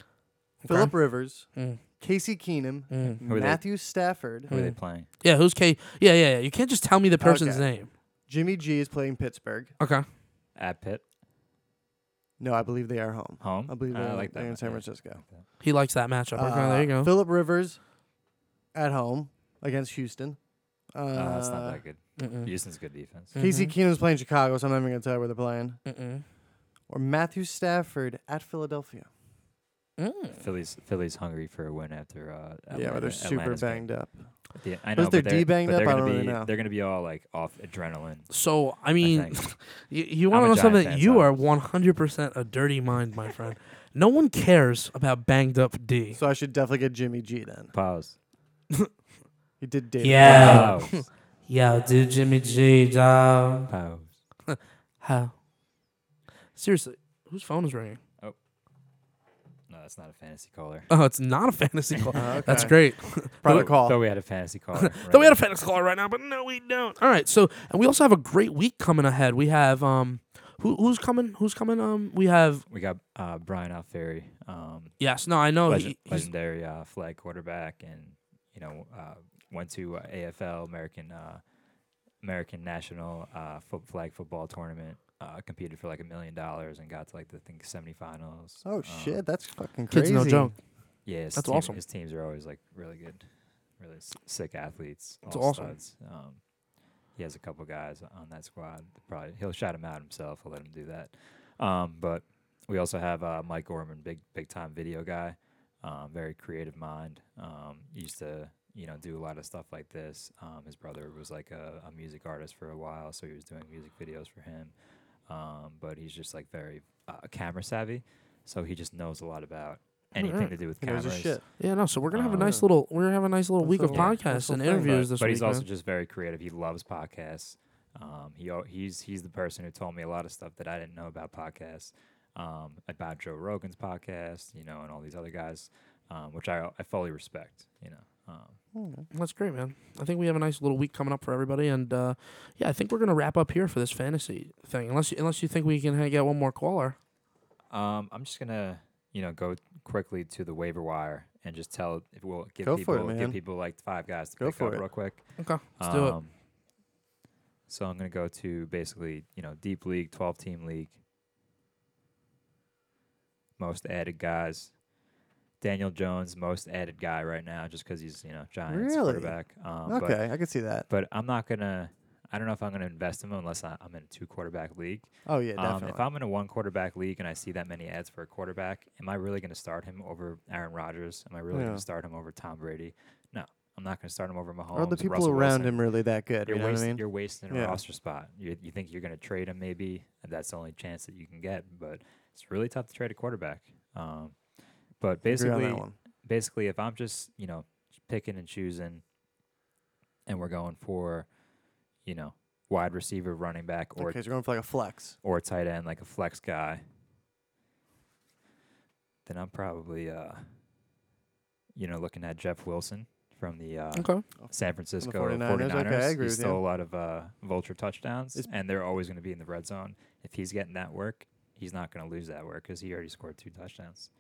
Speaker 3: Philip Rivers, Casey Keenum,
Speaker 2: Mm. Who are they? Mm.
Speaker 3: Matthew Stafford.
Speaker 2: Who are they playing?
Speaker 1: Mm. Yeah, who's K? Yeah, yeah, yeah. You can't just tell me the person's
Speaker 3: Okay.
Speaker 1: name.
Speaker 3: Jimmy G is playing Pittsburgh.
Speaker 1: Okay.
Speaker 2: At Pitt.
Speaker 3: No, I believe they are home.
Speaker 2: Home?
Speaker 3: I believe
Speaker 2: Uh, I
Speaker 3: they're,
Speaker 2: like that
Speaker 3: they're in
Speaker 2: one,
Speaker 3: San
Speaker 2: yeah.
Speaker 3: Francisco.
Speaker 1: He likes that matchup. Okay,
Speaker 3: Uh,
Speaker 1: there you go.
Speaker 3: Philip Rivers at home against Houston. Uh,
Speaker 2: Uh, that's not Mm-hmm. that good.
Speaker 1: Mm-mm.
Speaker 2: Houston's good defense.
Speaker 3: Casey Keenum's playing Chicago, so I'm not even gonna tell you where they're playing.
Speaker 1: Mm-mm.
Speaker 3: Or Matthew Stafford at Philadelphia.
Speaker 1: Mm.
Speaker 2: Philly's Philly's hungry for a win after. Uh,
Speaker 3: yeah, but
Speaker 2: Atlanta-
Speaker 3: they're super
Speaker 2: Atlanta's big.
Speaker 3: banged up.
Speaker 2: Yeah, I
Speaker 3: Was
Speaker 2: know.
Speaker 3: their
Speaker 2: but they're,
Speaker 3: D banged
Speaker 2: but
Speaker 3: up?
Speaker 2: They're
Speaker 3: I
Speaker 2: gonna
Speaker 3: don't really
Speaker 2: be,
Speaker 3: know.
Speaker 2: They're gonna be all like off adrenaline.
Speaker 1: So I
Speaker 2: I
Speaker 1: mean,
Speaker 2: think.
Speaker 1: You, you want
Speaker 2: I'm
Speaker 1: to
Speaker 2: a
Speaker 1: know
Speaker 2: Giant
Speaker 1: something?
Speaker 2: fan,
Speaker 1: you
Speaker 2: so-
Speaker 1: are 100% a dirty mind, my friend. no one cares about banged up D.
Speaker 3: So I should definitely get Jimmy G then. [laughs]
Speaker 2: Pause.
Speaker 3: He did David.
Speaker 1: Yeah.
Speaker 2: Pause.
Speaker 1: Yeah, dude, Jimmy G, dog.
Speaker 2: Pause.
Speaker 1: How? Seriously, whose phone is ringing?
Speaker 2: No, that's not a fantasy caller.
Speaker 1: Oh, it's not a [laughs] fantasy call.
Speaker 3: Uh,
Speaker 1: That's
Speaker 3: okay.
Speaker 1: great.
Speaker 3: Probably
Speaker 1: Thought-
Speaker 3: call.
Speaker 2: Thought we had a
Speaker 3: [laughs]
Speaker 2: fantasy caller.
Speaker 1: Though we had a
Speaker 2: right?
Speaker 1: fantasy caller right now, but no, we don't. All right, so and we also have a great week coming ahead. We have um, who, who's coming? Who's coming? Um, we have
Speaker 2: we got uh, Brian Alferi, um,
Speaker 1: yes. No, I know.
Speaker 2: legend,
Speaker 1: Oh, he- he's-
Speaker 2: legendary uh, flag quarterback, and you know uh, went to uh, AFL American uh, American National uh, fo- flag football tournament. Uh, competed for like a million dollars and got to like the I think semifinals.
Speaker 3: Oh
Speaker 2: Um,
Speaker 3: shit, that's fucking crazy.
Speaker 1: Kids no joke.
Speaker 2: Yeah, his
Speaker 1: That's
Speaker 2: team-
Speaker 1: awesome.
Speaker 2: His teams are always like really good, really s- sick athletes.
Speaker 1: That's
Speaker 2: all
Speaker 1: awesome.
Speaker 2: studs. Um, he has a couple guys on that squad. that Probably he'll shout him out himself. I'll let him do that. Um, but we also have uh, Mike Orman, big big time video guy, um, very creative mind. Um, he used to you know do a lot of stuff like this. Um, his brother was like a, a music artist for a while, so he was doing music videos for him. Um, but he's just like very uh, camera savvy, so he just knows a lot about anything
Speaker 1: Alright.
Speaker 2: to do with
Speaker 3: Mm-hmm. He knows
Speaker 2: cameras.
Speaker 3: his shit.
Speaker 1: Oh, Yeah, no. So we're gonna have a
Speaker 2: Um,
Speaker 1: nice little. We're gonna have a nice little
Speaker 3: That's
Speaker 1: week
Speaker 3: a
Speaker 1: of
Speaker 3: little-
Speaker 1: podcasts
Speaker 3: that's a
Speaker 1: and
Speaker 3: thing.
Speaker 1: interviews
Speaker 2: but,
Speaker 1: this
Speaker 2: but
Speaker 1: week.
Speaker 2: he's also
Speaker 1: man.
Speaker 2: just very creative. He loves podcasts. Um, he al- he's he's the person who told me a lot of stuff that I didn't know about podcasts, um, about Joe Rogan's podcast, you know, and all these other guys, um, which I I fully respect, you know. Um,
Speaker 3: Hmm.
Speaker 1: That's great, man. I think we have a nice little week coming up for everybody, and uh, yeah, I think we're gonna wrap up here for this fantasy thing. Unless you, unless you think we can uh, get one more caller.
Speaker 2: Um, I'm just gonna, you know, go quickly to the waiver wire and just tell if we'll give
Speaker 3: Go for it,
Speaker 2: people
Speaker 3: man.
Speaker 2: give people like five guys to
Speaker 3: Go
Speaker 2: pick
Speaker 3: for
Speaker 2: up
Speaker 3: it.
Speaker 2: real quick.
Speaker 1: Okay, let's do it.
Speaker 2: Um, So I'm gonna go to basically, you know, deep league, twelve team league. Most added guys. Daniel Jones, most added guy right now, just because he's you know Giants
Speaker 3: Really?
Speaker 2: quarterback. Um, but
Speaker 3: Okay, I can see that.
Speaker 2: but I'm not gonna. I don't know if I'm gonna invest in him unless I, I'm in a two quarterback league.
Speaker 3: Oh yeah,
Speaker 2: Um,
Speaker 3: definitely.
Speaker 2: if I'm in a one quarterback league and I see that many ads for a quarterback, am I really going to start him over Aaron Rodgers? Am I really
Speaker 3: Yeah.
Speaker 2: going to start him over Tom Brady? No, I'm not going to start him over Mahomes.
Speaker 3: Are the people
Speaker 2: Russell
Speaker 3: around
Speaker 2: Wilson.
Speaker 3: him really that good?
Speaker 2: You're,
Speaker 3: you know
Speaker 2: wasting,
Speaker 3: what I mean?
Speaker 2: you're wasting a
Speaker 3: Yeah.
Speaker 2: roster spot. You, you think you're going to trade him maybe? and That's the only chance that you can get. But it's really tough to trade a quarterback. Um, but
Speaker 3: Agree on
Speaker 2: basically,
Speaker 3: that one.
Speaker 2: basically if I'm just, you know, picking and choosing and we're going for, you know, wide receiver, running back, or
Speaker 3: Okay, so you're going for like a flex.
Speaker 2: or tight end, like a flex guy. then I'm probably, uh, you know, looking at Jeff Wilson from the uh,
Speaker 1: Okay.
Speaker 2: San Francisco
Speaker 3: 49ers,
Speaker 2: 49ers.
Speaker 3: okay, I agree
Speaker 2: he
Speaker 3: with you.
Speaker 2: stole a lot of uh, vulture touchdowns,
Speaker 3: It's-
Speaker 2: and they're always going to be in the red zone. If he's getting that work, he's not going to lose that work because he already scored two touchdowns.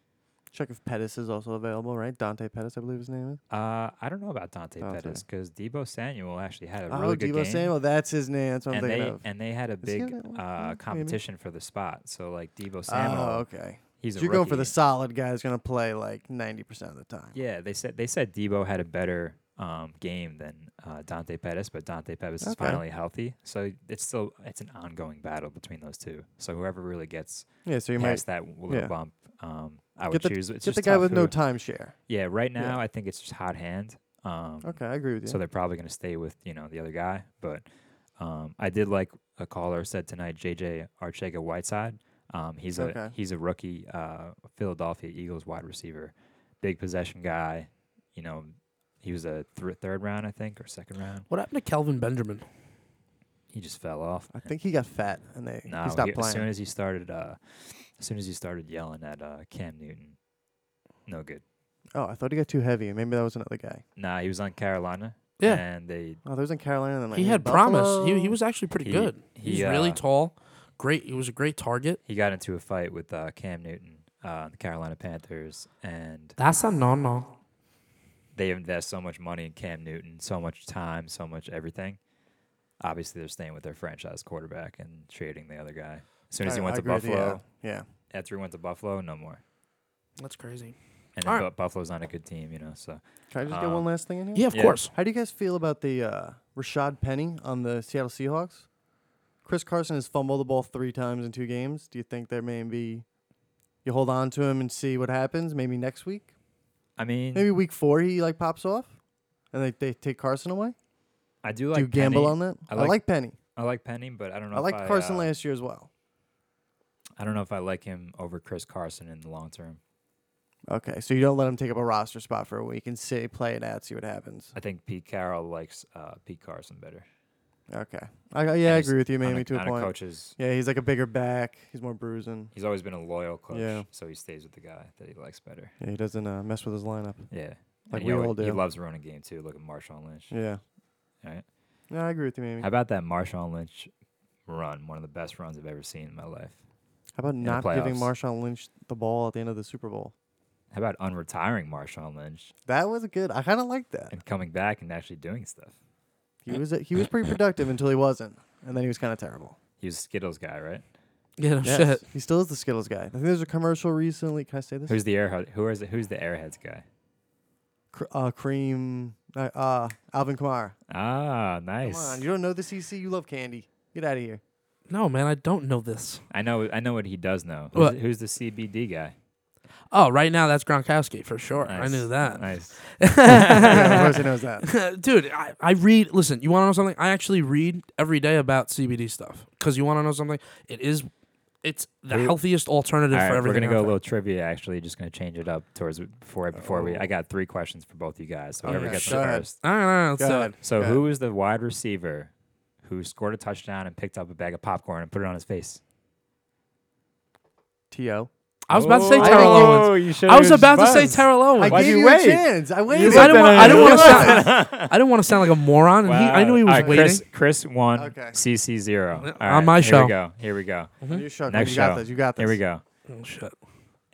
Speaker 3: Check if Pettis is also available, right? Dante Pettis, I believe his name is.
Speaker 2: Uh, I don't know about Dante,
Speaker 3: Dante.
Speaker 2: Pettis because Debo Samuel actually had a
Speaker 3: oh,
Speaker 2: really good
Speaker 3: Debo
Speaker 2: game.
Speaker 3: Samuel, that's his name. That's what I'm
Speaker 2: and
Speaker 3: thinking
Speaker 2: they
Speaker 3: of.
Speaker 2: and they had a
Speaker 3: Is he
Speaker 2: big
Speaker 3: on that one? Yeah,
Speaker 2: uh,
Speaker 3: maybe.
Speaker 2: competition for the spot. So like Debo Samuel,
Speaker 3: Oh, okay.
Speaker 2: he's a
Speaker 3: So you're going for
Speaker 2: rookie.
Speaker 3: the solid guy who's going to play like 90% of the time.
Speaker 2: Yeah, they said they said Debo had a better um, game than uh, Dante Pettis, but Dante Pettis is
Speaker 3: Okay.
Speaker 2: finally healthy. So it's still it's an ongoing battle between those two. So whoever really gets
Speaker 3: Yeah, so you might
Speaker 2: past that w- little
Speaker 3: yeah.
Speaker 2: bump, um, I
Speaker 3: get
Speaker 2: would
Speaker 3: the,
Speaker 2: choose. It's
Speaker 3: get
Speaker 2: just
Speaker 3: the guy
Speaker 2: tough
Speaker 3: with no
Speaker 2: who-
Speaker 3: timeshare.
Speaker 2: Yeah, right
Speaker 3: Yeah.
Speaker 2: now I think it's just hot hand. Um,
Speaker 3: Okay, I agree with you.
Speaker 2: So they're probably going to stay with you know the other guy. But um, I did like a caller said tonight, JJ Archega Whiteside. Um, he's a
Speaker 3: Okay.
Speaker 2: he's a rookie uh, Philadelphia Eagles wide receiver, big possession guy. You know, he was a thr third round I think or second round.
Speaker 1: What happened to Kelvin Benjamin?
Speaker 2: He just fell off.
Speaker 3: I think he got fat and they
Speaker 2: No,
Speaker 3: he stopped
Speaker 2: he- as soon
Speaker 3: playing.
Speaker 2: as he started, uh, as soon as he started yelling at uh, Cam Newton, no good.
Speaker 3: Oh, I thought he got too heavy. Maybe that was another guy.
Speaker 2: Nah, he was on Carolina.
Speaker 1: Yeah.
Speaker 2: and they
Speaker 3: Oh, there was in Carolina. Then, like,
Speaker 1: he
Speaker 3: in
Speaker 1: had promise. He,
Speaker 3: Buffalo.
Speaker 1: he was actually pretty
Speaker 2: He-
Speaker 1: good.
Speaker 2: he,
Speaker 1: He's really
Speaker 2: uh,
Speaker 1: tall. Great. He was a great target.
Speaker 2: he got into a fight with uh, Cam Newton, uh, the Carolina Panthers, and
Speaker 1: That's a no no.
Speaker 2: they invest so much money in Cam Newton, so much time, so much everything. Obviously, they're staying with their franchise quarterback and trading the other guy. As soon as he
Speaker 3: I-
Speaker 2: went
Speaker 3: I
Speaker 2: to
Speaker 3: agree with you,
Speaker 2: Buffalo,
Speaker 3: yeah. Yeah.
Speaker 2: after he went to Buffalo, no more.
Speaker 1: That's crazy.
Speaker 2: And
Speaker 1: All
Speaker 2: then
Speaker 1: right.
Speaker 2: Bu- Buffalo's not a good team, you know. So
Speaker 3: Can I just get one
Speaker 2: Um,
Speaker 3: last thing in here?
Speaker 1: Yeah, of
Speaker 2: Yeah.
Speaker 1: course.
Speaker 3: How do you guys feel about the uh, Rashad Penny on the Seattle Seahawks? Chris Carson has fumbled the ball three times in two games. Do you think there may be you hold on to him and see what happens? Maybe next week,
Speaker 2: I mean,
Speaker 3: maybe week four, he like pops off, and they they take Carson away.
Speaker 2: I do like
Speaker 3: do you gamble
Speaker 2: Penny.
Speaker 3: on that?
Speaker 2: I
Speaker 3: I like,
Speaker 2: like-
Speaker 3: Penny.
Speaker 2: I like Penny, but I don't know.
Speaker 3: I
Speaker 2: if
Speaker 3: liked Carson
Speaker 2: uh,
Speaker 3: last year as well.
Speaker 2: I don't know if I like him over Chris Carson in the long term.
Speaker 3: Okay, so you don't let him take up a roster spot for a week and see play it out, see what happens.
Speaker 2: I think Pete Carroll likes uh, Pete Carson better.
Speaker 3: Okay, I, yeah, I
Speaker 2: And he's-
Speaker 3: agree with you,
Speaker 2: on
Speaker 3: maybe to a
Speaker 2: on
Speaker 3: point.
Speaker 2: coach's
Speaker 3: Yeah, he's like a bigger back. He's more bruising.
Speaker 2: He's always been a loyal coach,
Speaker 3: Yeah.
Speaker 2: so he stays with the guy that he likes better.
Speaker 3: Yeah, he doesn't uh, mess with his lineup.
Speaker 2: Yeah, And
Speaker 3: Like
Speaker 2: he
Speaker 3: we
Speaker 2: alwa-
Speaker 3: all
Speaker 2: He
Speaker 3: do.
Speaker 2: loves running game too. Look at Marshawn Lynch.
Speaker 3: Yeah.
Speaker 2: Right?
Speaker 3: No, I agree with you, Mamie.
Speaker 2: How
Speaker 3: How
Speaker 2: about that Marshawn Lynch run? One of the best runs I've ever seen in my life.
Speaker 3: about
Speaker 2: the
Speaker 3: not giving
Speaker 2: playoffs.
Speaker 3: Marshawn Lynch the ball at the end of the Super Bowl?
Speaker 2: How about unretiring Marshawn Lynch
Speaker 3: That was good. I kind of liked that.
Speaker 2: and coming back and actually doing stuff?
Speaker 3: He was he was pretty productive until he wasn't, and then he was kind of terrible.
Speaker 2: He was a Skittles guy, right?
Speaker 1: Yeah,
Speaker 2: Oh,
Speaker 1: no
Speaker 3: Yes,
Speaker 1: shit.
Speaker 3: He still is the Skittles guy. I think there's a commercial recently. Can I say this?
Speaker 2: Who's the airhead? Who is it? Who's the airheads guy?
Speaker 3: Cr- uh, cream. Uh, uh, Alvin Kamara.
Speaker 2: Ah,
Speaker 3: Come
Speaker 2: nice.
Speaker 3: on, you don't know the CC. You love candy. Get out
Speaker 2: [laughs]
Speaker 3: of here.
Speaker 1: No, man, I don't know this.
Speaker 2: I know. I know what he does know.
Speaker 1: What?
Speaker 2: Who's, who's the CBD guy?
Speaker 1: Oh, right now that's Gronkowski for sure. I knew
Speaker 2: Nice,
Speaker 1: that. [laughs]
Speaker 2: Nice. [laughs]
Speaker 3: yeah, of course he knows that.
Speaker 1: Dude, I, I read. Listen, you want to know something? I actually read every day about CBD stuff because you want to know something. It is, it's the
Speaker 2: Who-
Speaker 1: healthiest alternative
Speaker 2: All right,
Speaker 1: for
Speaker 2: we're
Speaker 1: everything.
Speaker 2: gonna go a
Speaker 1: out there.
Speaker 2: little trivia. Actually, just gonna change it up towards before before we. I got three questions for both you guys. So whoever
Speaker 3: Okay,
Speaker 2: gets
Speaker 3: Oh. go
Speaker 2: them
Speaker 3: ahead.
Speaker 2: first.
Speaker 1: All right, all right, let's
Speaker 3: Go
Speaker 1: do
Speaker 3: ahead.
Speaker 1: it.
Speaker 2: So
Speaker 3: Go
Speaker 2: who was the wide receiver who scored a touchdown and picked up a bag of popcorn and put it on his face?
Speaker 3: To.
Speaker 1: I was about
Speaker 2: Oh,
Speaker 3: Oh,
Speaker 1: to say Terrell Owens.
Speaker 2: You
Speaker 1: I was about to say Terrell Owens.
Speaker 3: I
Speaker 2: Why'd
Speaker 3: gave
Speaker 2: you
Speaker 3: you
Speaker 2: wait?
Speaker 3: a chance. I waited.
Speaker 1: I didn't,
Speaker 2: No,
Speaker 1: want,
Speaker 2: no,
Speaker 1: I didn't
Speaker 2: no,
Speaker 1: want to
Speaker 2: no.
Speaker 1: sound. I didn't want to sound like a moron. And he, I knew he was waiting.
Speaker 2: Chris, Chris won.
Speaker 3: Okay.
Speaker 2: CC zero. All
Speaker 1: On my
Speaker 2: Here
Speaker 1: show.
Speaker 2: we go. Here we go.
Speaker 3: You shook.
Speaker 2: Next
Speaker 3: you
Speaker 2: show.
Speaker 3: got this. You got this.
Speaker 2: Here we go.
Speaker 1: Oh, shit.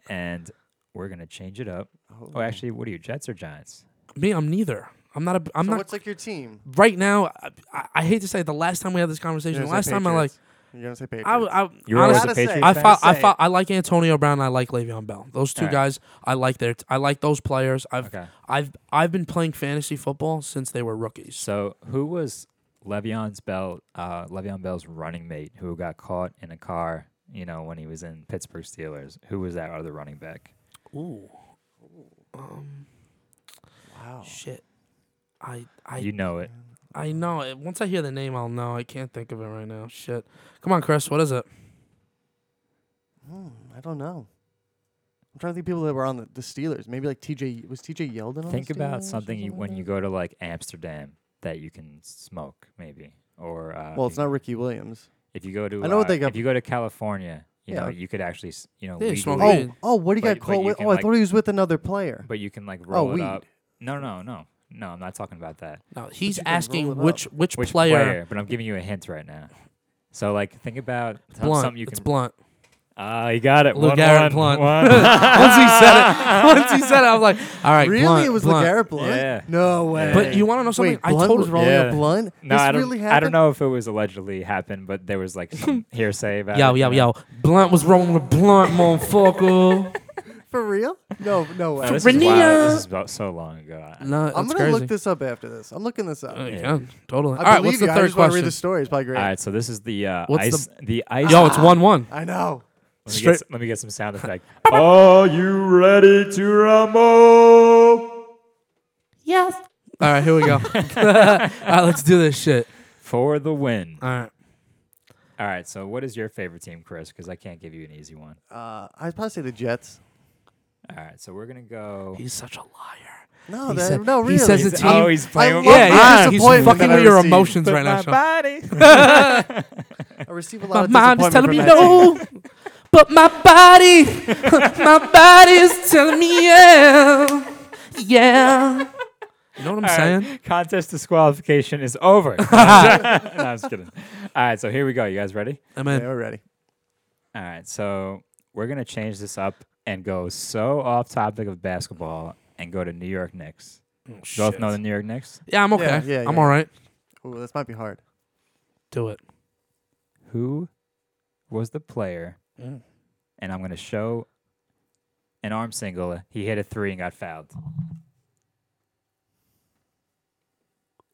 Speaker 2: And we're gonna change it up.
Speaker 3: Oh.
Speaker 2: Oh, actually, what are you? Jets or Giants?
Speaker 1: Me, I'm neither. I'm not. A, I'm
Speaker 3: So
Speaker 1: not.
Speaker 3: what's like your team?
Speaker 1: right now, I, I- I hate to say it, the last time we had this conversation,
Speaker 3: You're
Speaker 1: the
Speaker 3: gonna
Speaker 1: last
Speaker 3: say
Speaker 1: time I like,
Speaker 3: Patriots. You're gonna say Patriots.
Speaker 1: I, I honestly,
Speaker 2: You're always a
Speaker 3: Gotta say.
Speaker 2: Patriots.
Speaker 1: I
Speaker 2: fan.
Speaker 1: fo- I
Speaker 3: say.
Speaker 1: fo- I like Antonio Brown. and I like Le'Veon Bell. Those two
Speaker 2: Alright.
Speaker 1: guys, I like their. T- I like those players. I've
Speaker 2: Okay.
Speaker 1: I've I've been playing fantasy football since they were rookies.
Speaker 2: So who was Le'Veon's Bell? Uh, Le'Veon Bell's running mate who got caught in a car. You know when he was in Pittsburgh Steelers. Who was that other running back?
Speaker 1: Ooh,
Speaker 3: wow.
Speaker 1: Um, shit. I I
Speaker 2: You know it.
Speaker 1: I know. it. Once I hear the name, I'll know. I can't think of it right now. Shit. Come on, Chris. What is it?
Speaker 3: Hmm, I don't know. I'm trying to think of people that were on the, the Steelers. Maybe like TJ was TJ Yeldon. On
Speaker 2: Think
Speaker 3: the Steelers
Speaker 2: about
Speaker 3: or
Speaker 2: something you,
Speaker 3: like
Speaker 2: when you
Speaker 3: that?
Speaker 2: go to like Amsterdam that you can smoke, maybe. Or uh,
Speaker 3: Well,
Speaker 2: if
Speaker 3: it's
Speaker 2: you-
Speaker 3: not Ricky Williams.
Speaker 2: If you go to,
Speaker 3: I know what
Speaker 2: uh,
Speaker 3: they got-
Speaker 2: If you go to California You
Speaker 3: Yeah.
Speaker 2: know, you could actually, s- you know,
Speaker 1: Yeah,
Speaker 2: legally,
Speaker 1: smoke weed.
Speaker 3: Oh, oh, what do you
Speaker 2: But-
Speaker 3: got
Speaker 2: but
Speaker 3: caught
Speaker 2: you
Speaker 3: with?
Speaker 2: can,
Speaker 3: Oh, I
Speaker 2: like-
Speaker 3: thought he was with another player.
Speaker 2: but you can like roll it
Speaker 3: Oh. weed.
Speaker 2: up. No, no, no, no. I'm not talking about that.
Speaker 1: No, he's
Speaker 3: you can roll
Speaker 1: asking
Speaker 3: it
Speaker 1: which which,
Speaker 2: Which
Speaker 1: player,
Speaker 2: But I'm giving you a hint right now. So like, think about some-
Speaker 1: blunt.
Speaker 2: something you
Speaker 1: it's
Speaker 2: can.
Speaker 3: [laughs]
Speaker 1: blunt. [laughs]
Speaker 2: Ah, you got it.
Speaker 1: Lou
Speaker 2: One,
Speaker 1: Garrett
Speaker 2: one,
Speaker 1: Blunt. [laughs] Once
Speaker 2: one.
Speaker 1: he said it, once he said it, I was like, all right,
Speaker 3: really?
Speaker 1: blunt,
Speaker 3: it was
Speaker 1: blunt.
Speaker 3: LeGarrette Blunt?
Speaker 2: Yeah.
Speaker 3: No way.
Speaker 1: But you want to know something?
Speaker 3: Wait, Blunt
Speaker 1: I totally
Speaker 3: was rolling
Speaker 2: Yeah.
Speaker 3: a blunt?
Speaker 2: No,
Speaker 3: this
Speaker 2: I don't.
Speaker 3: really happened?
Speaker 2: I don't know if it was allegedly happened, but there was
Speaker 1: [laughs]
Speaker 2: like some hearsay about.
Speaker 1: Yo,
Speaker 2: it,
Speaker 1: yo,
Speaker 2: you know?
Speaker 1: yo. Blunt was rolling with blunt, [laughs] motherfucker.
Speaker 3: For real? No,
Speaker 1: [laughs]
Speaker 3: no way.
Speaker 2: No, Oh, this, is wild.
Speaker 1: Rania.
Speaker 2: this is about so long ago. I-
Speaker 1: No,
Speaker 3: I'm
Speaker 1: it's
Speaker 3: gonna
Speaker 1: crazy.
Speaker 3: look this up after this. I'm looking this up.
Speaker 1: Uh, yeah, totally.
Speaker 3: I
Speaker 1: All right,
Speaker 3: believe
Speaker 1: what's the
Speaker 3: you. I
Speaker 1: third
Speaker 3: just want to read
Speaker 1: question?
Speaker 3: the story. It's probably great.
Speaker 2: All right, so this is the uh,
Speaker 1: What's
Speaker 2: ice. The, ice.
Speaker 1: Yo, it's one
Speaker 3: [laughs]
Speaker 1: one.
Speaker 3: I know.
Speaker 2: Let me,
Speaker 1: Straight-
Speaker 2: get, s- let me get
Speaker 1: [laughs]
Speaker 2: some sound effect. Are you ready to rumble?
Speaker 1: All right, here we go. [laughs] All
Speaker 3: [laughs]
Speaker 1: right, let's do this shit.
Speaker 2: For the win.
Speaker 1: All right.
Speaker 2: All right, so what is your favorite team, Chris? Because I can't give you an easy one.
Speaker 3: Uh, I'd probably say the Jets.
Speaker 2: All right, so we're going to go.
Speaker 1: He's such a liar.
Speaker 3: No,
Speaker 1: He
Speaker 3: that,
Speaker 1: said-
Speaker 3: no,
Speaker 1: he
Speaker 3: really.
Speaker 1: says it's-
Speaker 2: He's-
Speaker 1: team-
Speaker 2: oh, he's playing
Speaker 3: I
Speaker 2: with
Speaker 3: love
Speaker 2: my
Speaker 1: Yeah,
Speaker 3: my
Speaker 1: yeah, he's
Speaker 3: disappointment
Speaker 1: fucking
Speaker 3: that I
Speaker 1: with your
Speaker 3: received.
Speaker 1: emotions
Speaker 2: but
Speaker 1: right now,
Speaker 2: my
Speaker 1: Sean.
Speaker 2: body.
Speaker 3: I receive a lot
Speaker 1: My
Speaker 3: of
Speaker 1: mind is
Speaker 3: disappointment
Speaker 1: telling me
Speaker 3: from that team.
Speaker 1: no, [laughs] but my body, [laughs] my body is telling me yeah, yeah. You know what I'm saying?
Speaker 2: Contest disqualification is
Speaker 1: [laughs]
Speaker 2: over. no, I'm just kidding. All right, so here we go. You guys ready?
Speaker 1: I
Speaker 3: Okay,
Speaker 1: mean,
Speaker 3: we're ready.
Speaker 2: All right, so we're gonna change this up and go so off topic of basketball and go to New York Knicks. You both know the New York Knicks.
Speaker 1: yeah, I'm okay.
Speaker 3: Yeah, yeah,
Speaker 1: I'm
Speaker 3: yeah.
Speaker 1: all right.
Speaker 3: Ooh, this might be hard.
Speaker 1: Do it.
Speaker 2: Who was the player?
Speaker 1: Mm.
Speaker 2: And I'm gonna show an arm single. He hit a three and got fouled.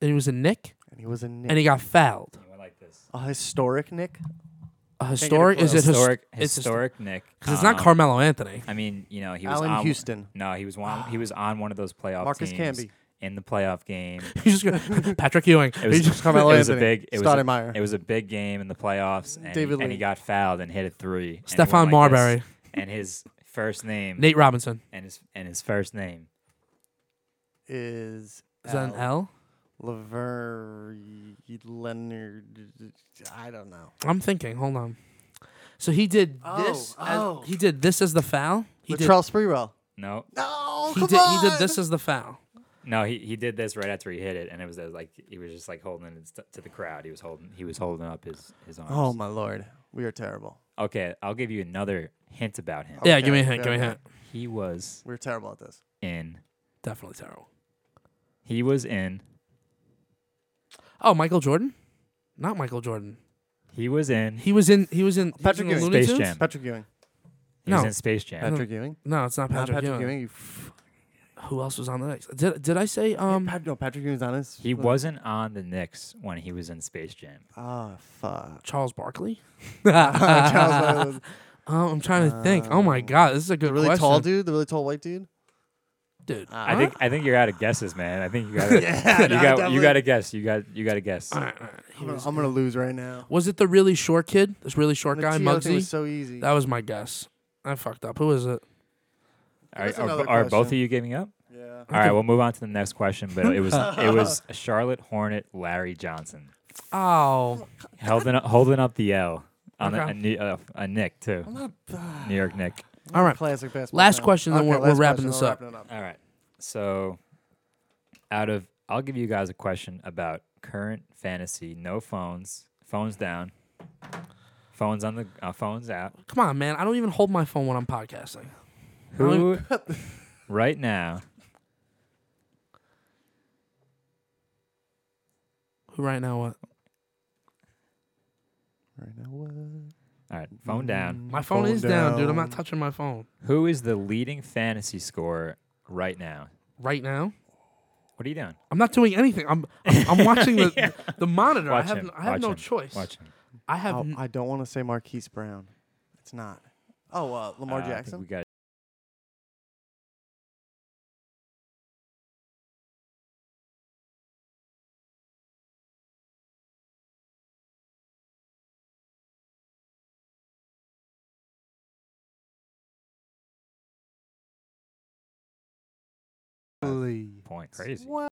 Speaker 1: And he was a Nick,
Speaker 3: And he was a Nick.
Speaker 1: and he got fouled.
Speaker 2: He went like this.
Speaker 3: a historic Nick.
Speaker 1: A historic? Is it
Speaker 2: historic?
Speaker 1: his- it's
Speaker 2: historic Nick.
Speaker 1: Because it's not
Speaker 2: Um,
Speaker 1: Carmelo Anthony. [laughs]
Speaker 2: I mean, you know, he was
Speaker 3: Allen
Speaker 2: on,
Speaker 3: Houston.
Speaker 2: No, he was on. He was on one of those playoff
Speaker 3: Ah. Marcus
Speaker 2: teams
Speaker 3: Camby.
Speaker 2: in the playoff
Speaker 3: [laughs]
Speaker 2: game.
Speaker 1: He's just gonna, [laughs] Patrick Ewing.
Speaker 2: It was,
Speaker 1: He's just-
Speaker 3: Carmelo
Speaker 2: it was a
Speaker 3: Anthony,
Speaker 2: big. It was a,
Speaker 3: Stoudemire.
Speaker 2: it was a big game in the playoffs, and,
Speaker 3: David
Speaker 2: he, and
Speaker 3: Lee.
Speaker 2: he got fouled and hit a three. and it
Speaker 1: Stephon
Speaker 2: went like this.
Speaker 1: Marbury.
Speaker 2: and his first name
Speaker 1: Nate Robinson.
Speaker 2: and his and his first name.
Speaker 3: Is,
Speaker 1: Is that an
Speaker 3: Al
Speaker 1: L?
Speaker 3: Laver Leonard. I don't know.
Speaker 1: I'm thinking. Hold on. So he did
Speaker 3: Oh,
Speaker 1: this. as-
Speaker 3: oh.
Speaker 1: he did this as the foul. He did.
Speaker 3: Latrell Sprewell.
Speaker 2: No,
Speaker 3: No,
Speaker 1: he
Speaker 3: come
Speaker 1: did. He did
Speaker 3: on!
Speaker 1: this as the foul.
Speaker 2: no, he, he did this right after he hit it, and it was uh, like he was just like holding it st- to the crowd. He was holding he was holding up his his arms.
Speaker 3: Oh my lord, we are terrible.
Speaker 2: Okay, I'll give you another hint about him.
Speaker 1: Yeah, give me a
Speaker 3: Okay,
Speaker 1: hint. Give me a
Speaker 3: okay.
Speaker 1: hint.
Speaker 2: He was
Speaker 3: We're terrible at this.
Speaker 2: in.
Speaker 1: Definitely terrible.
Speaker 2: He was in.
Speaker 1: Oh, Michael Jordan. Not Michael Jordan.
Speaker 2: He was in. He
Speaker 1: He was in. He was in. he was
Speaker 3: Patrick
Speaker 1: in the
Speaker 3: Ewing.
Speaker 1: Looney
Speaker 2: Space
Speaker 1: Tunes?
Speaker 2: Jam.
Speaker 3: Patrick Ewing.
Speaker 2: was
Speaker 1: No.
Speaker 2: in Space Jam.
Speaker 3: Patrick Ewing.
Speaker 1: No, it's not
Speaker 3: Not
Speaker 1: Patrick,
Speaker 3: Patrick
Speaker 1: Ewing.
Speaker 3: Ewing. You f-
Speaker 1: Who else was on the next? Did Did I say um?
Speaker 3: Pat- no, Patrick Ewing's on his.
Speaker 2: He wasn't on the Knicks when he was in Space Jam.
Speaker 3: Ah, fuck.
Speaker 1: Charles Barkley?
Speaker 3: Charles Barkley [laughs] was-
Speaker 1: Oh, I'm trying to think. Oh my God, this is a good
Speaker 3: the Um, really
Speaker 1: question.
Speaker 3: tall dude, the really tall white dude.
Speaker 1: dude.
Speaker 2: I think I think you're out of guesses, man. I think you got
Speaker 3: [laughs] Yeah,
Speaker 2: you
Speaker 3: no,
Speaker 2: got you
Speaker 3: definitely.
Speaker 2: got to guess. You got you got to guess.
Speaker 1: All right, all right. He
Speaker 3: I'm gonna,
Speaker 1: was-
Speaker 3: I'm gonna lose right now.
Speaker 1: Was it the really short kid? This really short
Speaker 3: The
Speaker 1: guy,
Speaker 3: TO thing
Speaker 1: Muggsy?
Speaker 3: was so easy.
Speaker 1: that was my guess. I fucked up. Who is it?
Speaker 2: All right,
Speaker 3: us another
Speaker 2: are, are both of
Speaker 3: question.
Speaker 2: you giving
Speaker 3: [laughs]
Speaker 2: up?
Speaker 3: yeah.
Speaker 2: All right, we'll move on to the next question. But
Speaker 3: [laughs]
Speaker 2: it was it was Charlotte Hornet Larry Johnson
Speaker 1: Oh,
Speaker 2: holding up, holding up the L on a-
Speaker 1: Okay.
Speaker 2: a, New- uh, a Nick too,
Speaker 3: uh,
Speaker 2: New York Nick.
Speaker 1: all right.
Speaker 3: Classic basketball.
Speaker 1: Last
Speaker 3: fan.
Speaker 1: question, then
Speaker 3: Okay,
Speaker 1: we're- we're
Speaker 3: last
Speaker 1: wrapping
Speaker 3: question,
Speaker 1: this
Speaker 3: we're
Speaker 1: up.
Speaker 3: wrapping it
Speaker 2: All right, so out of I'll give you guys a question about current fantasy. No phones, phones down, phones on the uh, phones out.
Speaker 1: Come on, man. I don't even hold my phone when I'm podcasting.
Speaker 2: Who [laughs] right now?
Speaker 1: Who right now? What?
Speaker 3: Right now, what? Mm-hmm.
Speaker 2: All right, phone down.
Speaker 1: My phone,
Speaker 3: Phone
Speaker 1: is down. dude. I'm not
Speaker 3: down.
Speaker 1: touching my phone
Speaker 3: Mm.
Speaker 2: Who is the leading fantasy scorer right now?
Speaker 1: right now.
Speaker 2: What are you doing?
Speaker 1: I'm not doing anything. I'm
Speaker 2: [laughs]
Speaker 1: I'm, I'm watching the the monitor.
Speaker 2: Watch
Speaker 1: I have
Speaker 2: him.
Speaker 1: I have
Speaker 2: watch
Speaker 1: no
Speaker 2: him,
Speaker 1: choice.
Speaker 2: Watch him.
Speaker 1: I have
Speaker 3: Oh,
Speaker 1: n-
Speaker 3: I don't want to say Marquise Brown. It's not. Oh, uh,
Speaker 1: Ah,
Speaker 2: Uh,
Speaker 3: Lamar
Speaker 2: I think
Speaker 3: Jackson.
Speaker 2: We got
Speaker 3: Holy.
Speaker 2: point. Crazy.
Speaker 3: What?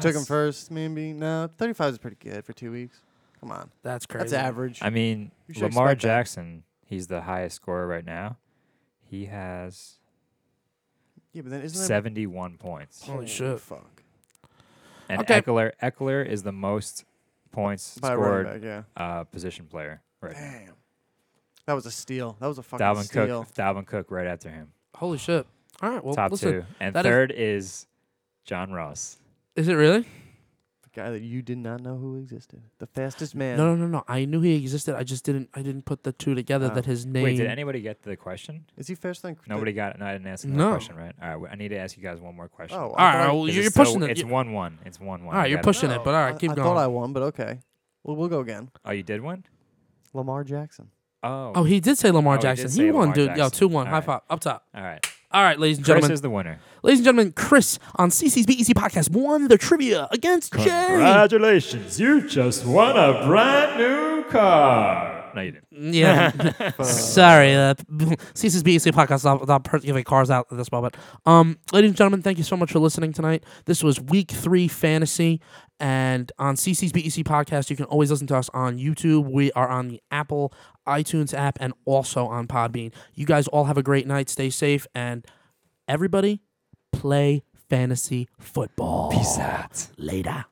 Speaker 3: Took him
Speaker 2: Yes.
Speaker 3: first, maybe. No, 35 is pretty good for two weeks. Come on,
Speaker 1: That's crazy.
Speaker 3: that's average.
Speaker 2: I mean,
Speaker 3: You should
Speaker 2: Lamar
Speaker 3: expect that.
Speaker 2: Jackson, he's the highest scorer right now. He has
Speaker 3: yeah, but then isn't that
Speaker 2: 71 points.
Speaker 1: Holy shit.
Speaker 3: Fuck.
Speaker 2: And
Speaker 1: Okay.
Speaker 2: Eckler Eckler is the most points
Speaker 3: By a running
Speaker 2: scored
Speaker 3: back, yeah.
Speaker 2: uh, position player right now.
Speaker 3: Damn. That was a steal. That was a fucking
Speaker 2: Dalvin
Speaker 3: steal.
Speaker 2: Cook, Dalvin Cook right after him.
Speaker 1: Holy shit. All right. Well,
Speaker 2: Top
Speaker 1: listen.
Speaker 2: two. And
Speaker 1: that is-
Speaker 2: third is, John Ross.
Speaker 1: Is it really?
Speaker 3: The guy that you did not know who existed. The fastest man.
Speaker 1: No, no, no, no. I knew he existed. I just didn't. I didn't put the two together.
Speaker 3: Oh.
Speaker 1: that his name.
Speaker 2: Uh, Wait, did anybody get the question?
Speaker 3: Is he faster than
Speaker 2: Nobody got it. No, I didn't ask another
Speaker 1: No.
Speaker 2: question, right? All right, well, I need to ask you guys one more question.
Speaker 3: Oh,
Speaker 1: All
Speaker 3: I
Speaker 1: right.
Speaker 3: thought-
Speaker 1: Well, you're,
Speaker 2: 'Cause
Speaker 1: you're
Speaker 2: it's still-
Speaker 1: pushing it.
Speaker 2: It's
Speaker 1: You-
Speaker 2: one one. It's one one.
Speaker 1: All right,
Speaker 2: You
Speaker 1: you're
Speaker 2: got it.
Speaker 1: pushing it, but all right,
Speaker 3: I-
Speaker 1: keep
Speaker 3: I
Speaker 1: going.
Speaker 3: thought I won, but okay. Well, we'll go again.
Speaker 2: Oh, you did one.
Speaker 3: Lamar Jackson.
Speaker 2: Oh.
Speaker 1: Oh, he did say Lamar
Speaker 2: Oh, he did
Speaker 1: Jackson.
Speaker 2: say
Speaker 1: He, won,
Speaker 2: Lamar
Speaker 1: dude. Yo,
Speaker 2: Jackson.
Speaker 1: two one.
Speaker 2: All
Speaker 1: High
Speaker 2: right.
Speaker 1: five. Up top.
Speaker 2: All right.
Speaker 1: All right, ladies and
Speaker 2: Chris
Speaker 1: gentlemen.
Speaker 2: is the winner.
Speaker 1: Ladies and gentlemen, Chris on CC's BEC E podcast won the trivia against Jay.
Speaker 2: Congratulations, you just won a brand new car. No, you didn't.
Speaker 1: Yeah. Sorry. Uh, [laughs] CC's BEC podcast is not, not per- giving cars out at this moment. Um, ladies and gentlemen, thank you so much for listening tonight. This was week three fantasy. And on CC's BEC E podcast, you can always listen to us on YouTube. We are on the Apple iTunes app and also on Podbean. You guys all have a great night. Stay safe. And everybody, play fantasy football. Peace out. Later.